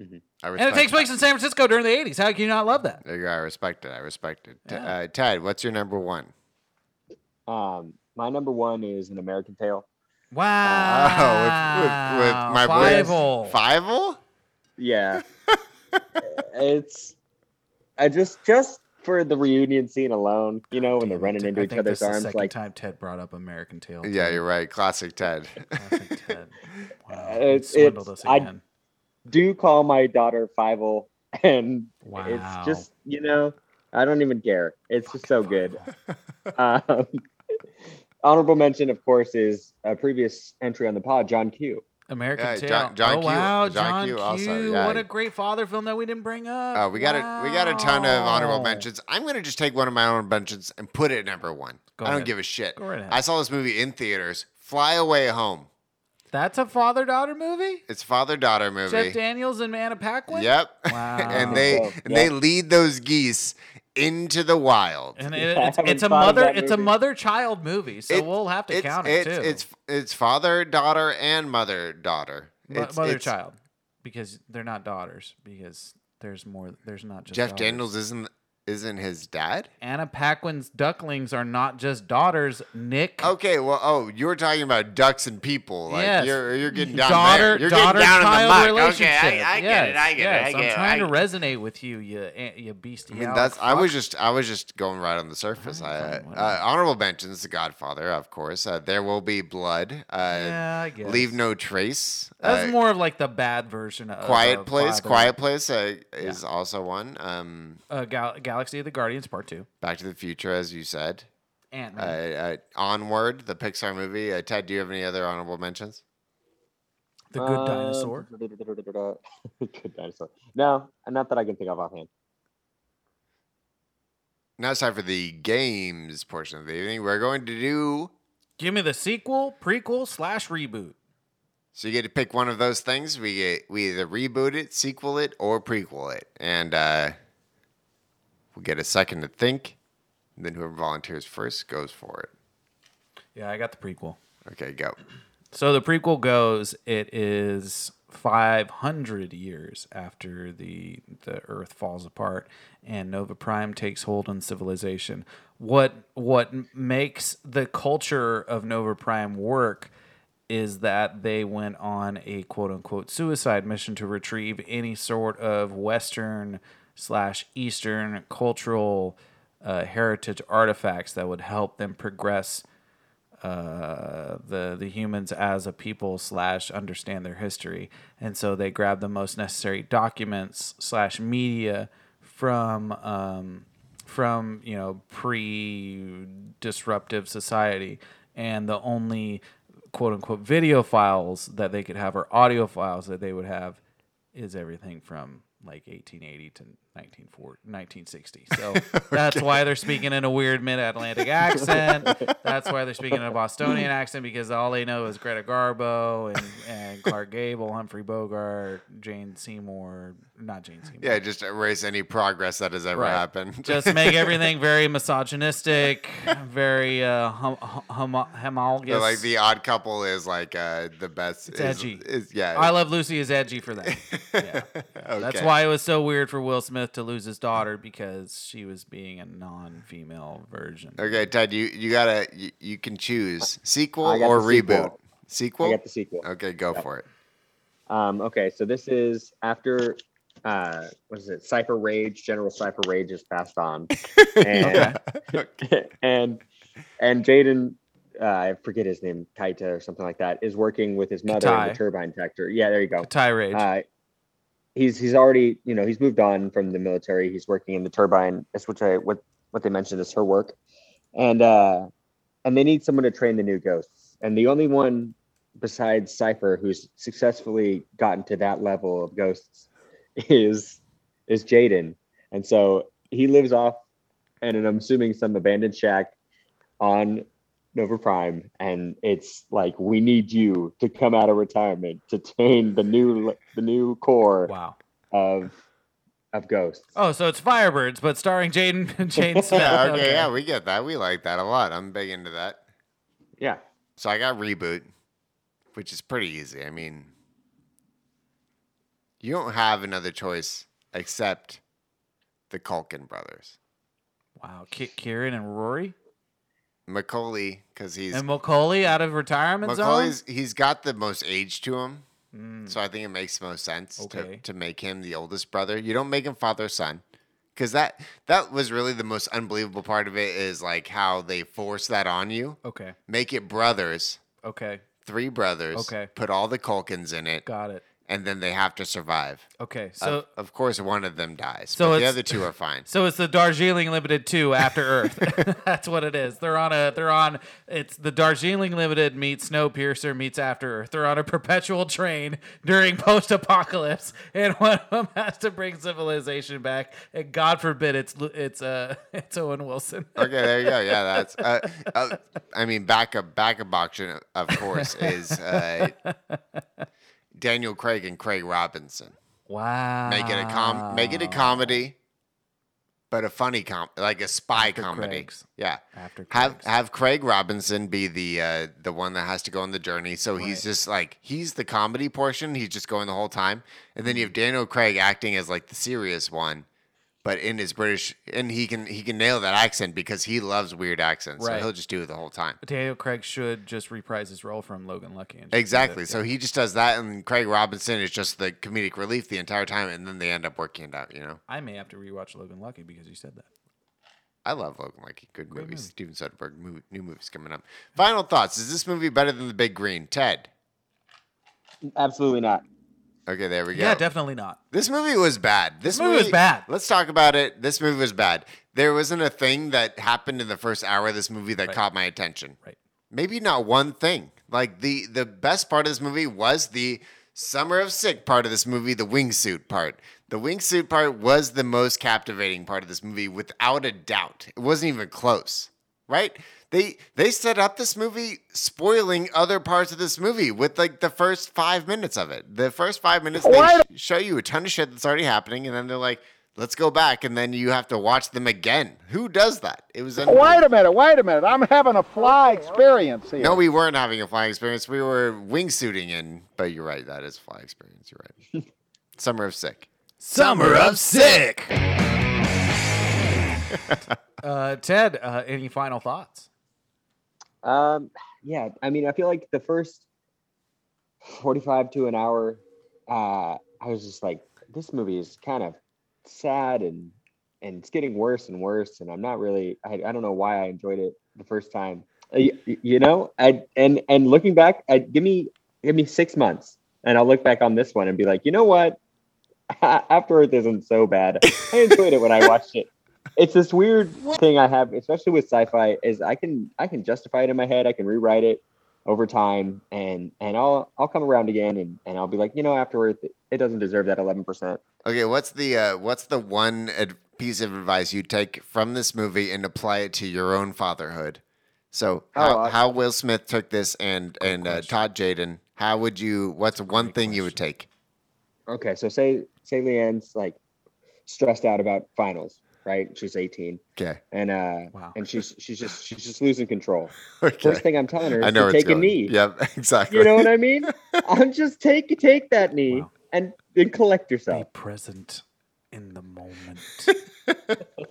I And it respect takes place in San Francisco during the 80s. How can you not love that? There you go. I respect it. I respect it. T- Yeah. Uh, Ted, what's your number one? Um, my number one is an American Tale. Wow. Oh, with, with, with my Fievel. boy Fivel? Yeah. it's I just just for the reunion scene alone, you know, when they're running I into think each other's this is the arms, second like time Ted brought up American Tail. Yeah, you're right. Classic Ted. Wow, uh, we it's, swindled it's- us I again. do call my daughter Fivel, and Wow. it's just you know, I don't even care. It's just so good. um, honorable mention, of course, is a previous entry on the pod, John Q. American Yeah, Tail. John- John oh Q- wow, John John, Q Q. also, yeah. What a great father film that we didn't bring up. Uh, we got a we got a ton of honorable Oh, Wow. mentions. I'm gonna just take one of my honorable mentions and put it at number one. Go I don't ahead. give a shit. Go right ahead. I saw this movie in theaters. Fly Away Home. That's a father daughter movie. It's father daughter movie. Jeff Daniels and Manna Paquin. Yep. Wow. and they Wow. and they lead those geese into the wild. And Yeah, it, I it's, haven't it's a thought of mother. that It's a movie. mother child movie, so It- we'll have to it's, count it's, it too. It's it's father daughter and mother daughter. Mo- It's, mother it's- child because they're not daughters because there's more. There's not just Jeff daughters. Daniels isn't isn't his dad. Anna Paquin's ducklings are not just daughters. Nick. Okay, well, oh, you were talking about ducks and people. Like Yes. you're you're getting down daughter, there. You're daughter, getting down in child the muck. relationship. Okay, I, I get it. I get yes, it. yes, I get I'm it. I trying get it. to resonate with you, you eh, you beastie. I mean, out. that's. I was just. I was just going right on the surface. I, uh, honorable mentions: The Godfather, of course. Uh, there will be blood. Uh, Yeah, I guess. Leave no trace. That's uh, more of like the bad version of Quiet of place. Father. Quiet place uh, is also one. Um, Uh, Gal- Galaxy of the Guardians Part Two. Back to the Future, as you said. Ant Uh, uh, Onward, the Pixar movie. Uh, Ted, do you have any other honorable mentions? the Good Dinosaur. Um, Good dinosaur. No, not that I can think of offhand. Now it's time for the games portion of the evening. We're going to do. Give me the sequel, prequel slash reboot. So you get to pick one of those things. We get we either reboot it, sequel it, or prequel it, and uh, we'll get a second to think. And then whoever volunteers first goes for it. Yeah, I got the prequel. Okay, go. So the prequel goes. It is 500 years after the the Earth falls apart and Nova Prime takes hold on civilization. What what makes the culture of Nova Prime work is that they went on a quote unquote suicide mission to retrieve any sort of Western slash Eastern cultural uh, heritage artifacts that would help them progress uh, the the humans as a people slash understand their history, and so they grab the most necessary documents slash media from um, from you know pre disruptive society, and the only quote unquote video files that they could have or audio files that they would have is everything from like 1880 to 1940 1960 so that's why they're speaking in a weird mid-atlantic accent that's why they're speaking in a bostonian accent because all they know is greta garbo and, and clark gable humphrey bogart jane seymour not jane seymour Yeah, just erase any progress that has ever Right. happened. just make everything very misogynistic very uh hum- hum- They're homologous like the Odd Couple is like uh, the best. It's is- edgy. is- yeah, I Love Lucy is edgy for that. Yeah. That's Okay. why it was so weird for Will Smith to lose his daughter because she was being a non-female version. Okay, Ted, you you gotta you, you can choose sequel I got or the reboot. sequel. Sequel. I got the sequel. Okay, go for it. Um, okay, so this is after uh, what is it? Cipher Rage, General Cipher Rage has passed on, and and and Jaden, uh, I forget his name, Kaita or something like that, is working with his mother in Katai. the turbine factory. Yeah, there you go. Tirade. Uh, he's he's already you know he's moved on from the military. He's working in the turbine. That's which I what what they mentioned is her work, and uh, and they need someone to train the new ghosts. And the only one besides Cipher who's successfully gotten to that level of ghosts is is Jaden. And so he lives off, and I'm assuming some abandoned shack on Nova Prime, and it's like we need you to come out of retirement to train the new the new core wow. of of ghosts. Oh, so it's Firebirds, but starring Jaden Jaden Smith. Yeah, okay, yeah, we get that. We like that a lot. I'm big into that. Yeah, So I got reboot, which is pretty easy. I mean, you don't have another choice except the Culkin brothers, Wow. Ki Kieran and Rory Macaulay, because he's and Macaulay out of retirement Macaulay's. He's got the most age to him. zone. Mm. So I think it makes most sense Okay. to, to make him the oldest brother. You don't make him father son because that that was really the most unbelievable part of it is like how they force that on you. Okay. Make it brothers. Okay. Three brothers. Okay. Put all the Culkins in it. Got it. And then they have to survive. Okay, Of- so of, course one of them dies, So but the it's- other two are fine. So it's the Darjeeling Limited 2 After Earth. That's what it is. They're on a they're on it's the Darjeeling Limited meets Snowpiercer meets After Earth. They're on a perpetual train during post-apocalypse and one of them has to bring civilization back and god forbid it's Lu- it's uh it's Owen Wilson. Okay, there you go. Yeah, that's. Uh, uh, I mean, backup backup option, of course, is uh, Daniel Craig and Craig Robinson. Wow. Make it a com. Make Ah. it a comedy, but a funny com, like a spy comedy. Craig's. Yeah. After have Craig's. have Craig Robinson be the uh, the one that has to go on the journey. So he's just like he's the comedy portion. He's just going the whole time, and then you Mm-hmm. have Daniel Craig acting as like the serious one, but in his British, and he can he can nail that accent because he loves weird accents. So Right. he'll just do it the whole time. Daniel Craig should just reprise his role from Logan Lucky. And just do Exactly. it. So he just does that, and Craig Robinson is just the comedic relief the entire time, and then they end up working it out. You know, I may have to rewatch Logan Lucky because you said that. I love Logan. Like good movies. Steven Soderbergh movie, new movies coming up. Final thoughts: Is this movie better than The Big Green? Ted. Absolutely not. Okay, there we go. Yeah, definitely not. This movie was bad. This, movie was bad. Let's talk about it. This movie was bad. There wasn't a thing that happened in the first hour of this movie that caught my attention. Right. Maybe not one thing. Like the the best part of this movie was the summer of sick part of this movie, the wingsuit part. The wingsuit part was the most captivating part of this movie, without a doubt. It wasn't even close. Right? They they set up this movie spoiling other parts of this movie with like the first five minutes of it. The first five minutes they Why sh- show you a ton of shit that's already happening, and then they're like, let's go back, and then you have to watch them again. Who does that? It was Wait a minute, wait a minute. I'm having a fly experience here. No, we weren't having a flying experience. We were wingsuiting in, but you're right. That is a flying experience. You're right. Summer of Sick. Summer of Sick. Uh, Ted, uh, any final thoughts? Um, yeah, I mean, I feel like the first 45 to an hour, uh, I was just like, this movie is kind of sad and and it's getting worse and worse. And I'm not really, I, I don't know why I enjoyed it the first time. Uh, y- y- you know, I and and looking back, I give me give me six months, and I'll look back on this one and be like, you know what? After Earth isn't so bad. I enjoyed it when I watched it it's this weird thing I have, especially with sci-fi, is I can I can justify it in my head, I can rewrite it over time, and and I'll I'll come around again, and and I'll be like, you know, afterwards, it, it doesn't deserve that eleven percent. Okay, what's the uh, what's the one ad- piece of advice you take from this movie and apply it to your own fatherhood? So how, Oh, I- how Will Smith took this and and uh, Todd Jaden, how would you? What's one thing you would take? Okay, so say say Leanne's like stressed out about finals, right? She's eighteen, Okay. and uh, Wow. and she's she's just she's just losing control. Okay. First thing I'm telling her I is know to where take it's a going. knee. Yep, exactly. You know what I mean? I'm just take take that knee Wow. and, and collect Be yourself. present in the moment.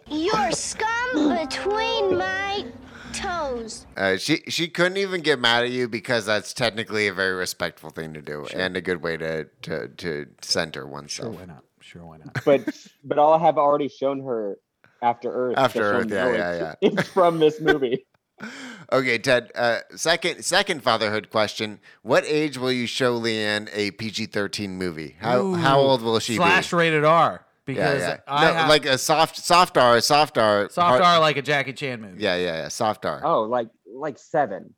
You're scum between my toes. Uh, she she couldn't even get mad at you because that's technically a very respectful thing to do and a good way to to to center Sure, oneself. why not? Sure, why not? but but I'll have already shown her after Earth. so After she'll Earth, yeah, know yeah, it's- It's from this movie. Okay, Ted. Uh, second second fatherhood question: What age will you show Leanne a PG thirteen movie? How how Ooh, old will she Slash be? rated R because I No, have like a soft soft R, soft R, soft hard- R like a Jackie Chan movie. Yeah, yeah, yeah, soft R. Oh, like like seven.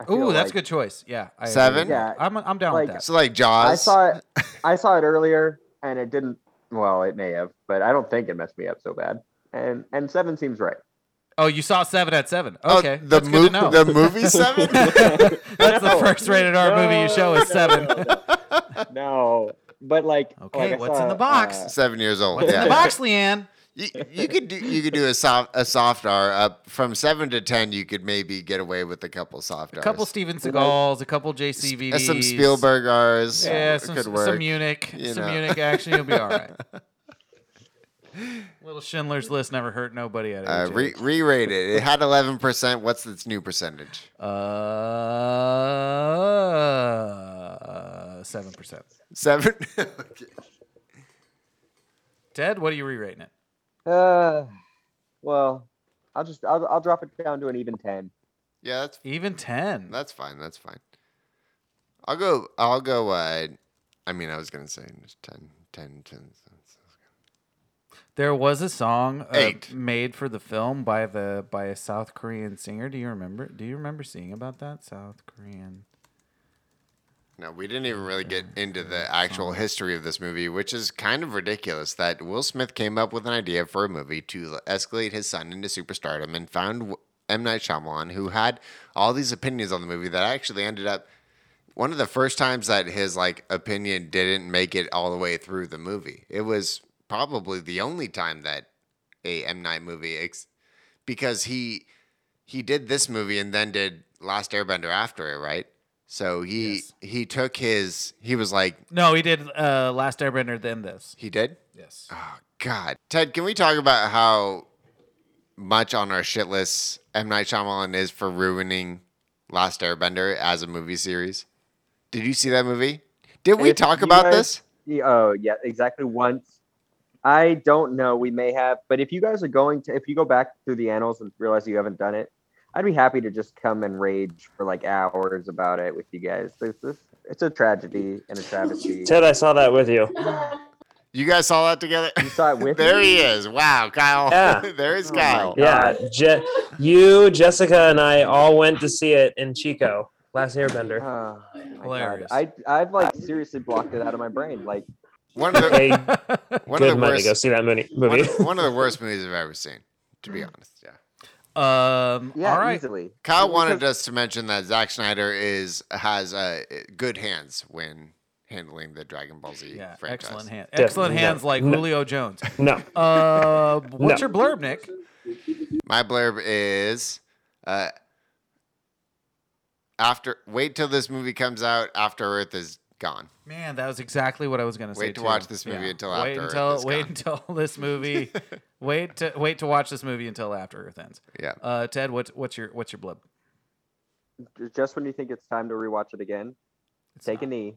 I feel Ooh, that's like- a good choice. Yeah. I agree. Seven? Yeah. I'm I'm down Like- with So like Jaws. I saw it. I saw it earlier, and it didn't. Well, it may have, but I don't think it messed me up so bad. And and seven seems right. that. Oh, you saw seven at seven. Oh, Okay. the, that's mo- good to know. the movie seven. that's the first rated R movie you show is seven. No, but like. Okay, like I what's in saw, the box? uh, Seven years old. What's yeah. in the box, Leanne? You, you could do you could do a soft a soft R up from seven to ten. You could maybe get away with a couple soft R's. A couple Steven Seagals, a couple JCVDs. Uh, some Spielberg R's. Yeah, it some, could some work. Munich, you some know. Munich action. You'll be all right. Little Schindler's List never hurt nobody at uh, age re- eight. re-rate it. It had eleven percent. What's its new percentage? Uh, seven percent. Seven. Okay. Ted, what are you re-rating it? Uh, well, I'll just I'll, I'll drop it down to an even ten. Yeah, that's even ten. That's fine. That's fine. I'll go. I'll go. Uh, I mean, I was gonna say 10, 10, 10. There was a song uh, made for the film by the by a South Korean singer. Do you remember? Do you remember seeing about that South Korean? No, we didn't even really get into the actual history of this movie, which is kind of ridiculous that Will Smith came up with an idea for a movie to escalate his son into superstardom and found M. Night Shyamalan, who had all these opinions on the movie that actually ended up one of the first times that his like opinion didn't make it all the way through the movie. It was probably the only time that a M. Night movie, ex- because he he did this movie and then did Last Airbender after it, right? So he Yes. he took his he was like No, he did uh, Last Airbender, then this. he did. Yes. Oh God, Ted, can we talk about how much on our shit list M Night Shyamalan is for ruining Last Airbender as a movie series? Did you see that movie? Did we If talk you about guys- this? Yeah, Oh, yeah, exactly. Once I don't know, we may have, but if you guys are going to, if you go back through the annals and realize you haven't done it, I'd be happy to just come and rage for like hours about it with you guys. This, this, it's a tragedy and a travesty. Ted, I saw that with you. You guys saw that together? You saw it with There me? he is. Wow, Kyle. Yeah. there is Kyle. Yeah, Je- you, Jessica, and I all went to see it in Chico, Last Airbender. Uh, Hilarious. I, I've like seriously blocked it out of my brain. Like One of the, Hey, Um, one good of the money worst, to go see that mini- One movie. of, one of the worst movies I've ever seen, to be honest. Yeah. Um. Yeah, all right. easily. Kyle wanted us to mention that Zack Snyder is has uh, good hands when handling the Dragon Ball Z Yeah. franchise. Excellent hands. Definitely Excellent no. hands, like No. Julio Jones. No. Uh, what's your No. blurb, Nick? My blurb is uh, after wait till this movie comes out after Earth is gone. Man, that was exactly what I was gonna say. Wait to too. watch this movie until Wait after Earth until is wait gone. until this movie. wait to wait to watch this movie until after Earth ends. Yeah. Uh, Ted, what's what's your what's your blip? just when you think it's time to rewatch it again, take a knee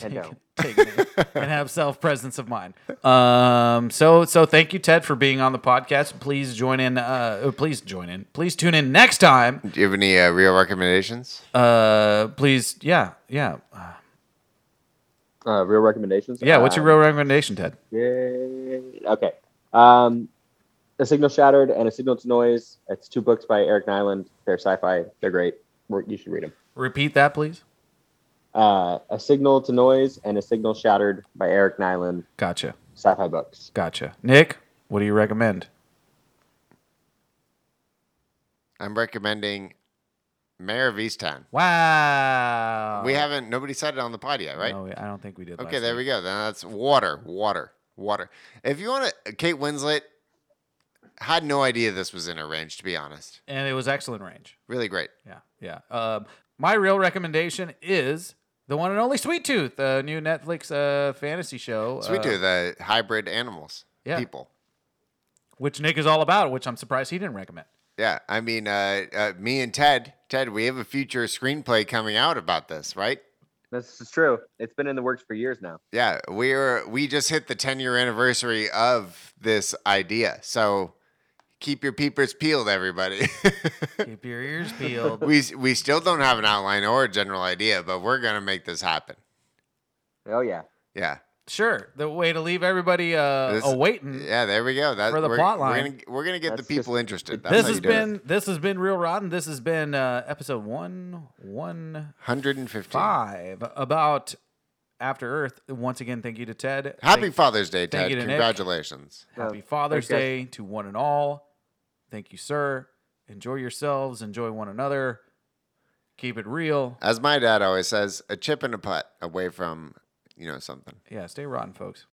and Take- don't. take it in and have self presence of mind. Um, so so thank you, Ted, for being on the podcast. Please join in. Uh, uh, please join in. Please tune in next time. Do you have any uh, real recommendations? Uh, please, yeah, yeah, uh, Uh, real recommendations? yeah. What's your Uh, Um, real recommendation, Ted? Yeah. Okay. Um, a signal shattered and a signal to noise. It's two books by Eric Nyland. They're sci-fi. They're great. We're- You should read them. Repeat that, please. Uh, a signal to noise and a signal shattered by Eric Nyland. Gotcha, Sci-fi books. gotcha. Nick, what do you recommend? I'm recommending Mayor of Easttown. Wow, We haven't. Nobody said it on the pod yet, right? No, I don't think we did. Okay, there we go. Then that's water, water, water. If you want to, Kate Winslet had no idea this was in her range, to be honest. And it was excellent range. Really great. Yeah, yeah. Um, my real recommendation is the one and only Sweet Tooth, the new Netflix uh, fantasy show. Sweet uh, Tooth, the hybrid animals, yeah. people. which Nick is all about, which I'm surprised he didn't recommend. Yeah, I mean, uh, uh, me and Ted, Ted, we have a future screenplay coming out about this, right? This is true. It's been in the works for years now. Yeah, we are. We just hit the 10 year anniversary of this idea, so keep your peepers peeled, everybody. Keep your ears peeled. we we still don't have an outline or a general idea, but we're gonna make this happen. Oh yeah. Yeah. sure, the way to leave everybody uh, This- awaiting. Yeah, there we go. That's For the we're, plot We're line. gonna, we're gonna get That's the people just- interested. That's This how has you do it. been this has been real rotten. This has been uh, episode one one 115. five about After Earth. Once again, thank you to Ted. Happy Thank- Father's Day, thank Ted. you to Nick. Congratulations. Happy Uh, Father's thanks, guys. Day to one and all. Thank you, sir. Enjoy yourselves. Enjoy one another. Keep it real. As my dad always says, a chip and a putt away from you know something. Yeah, stay rotten, folks.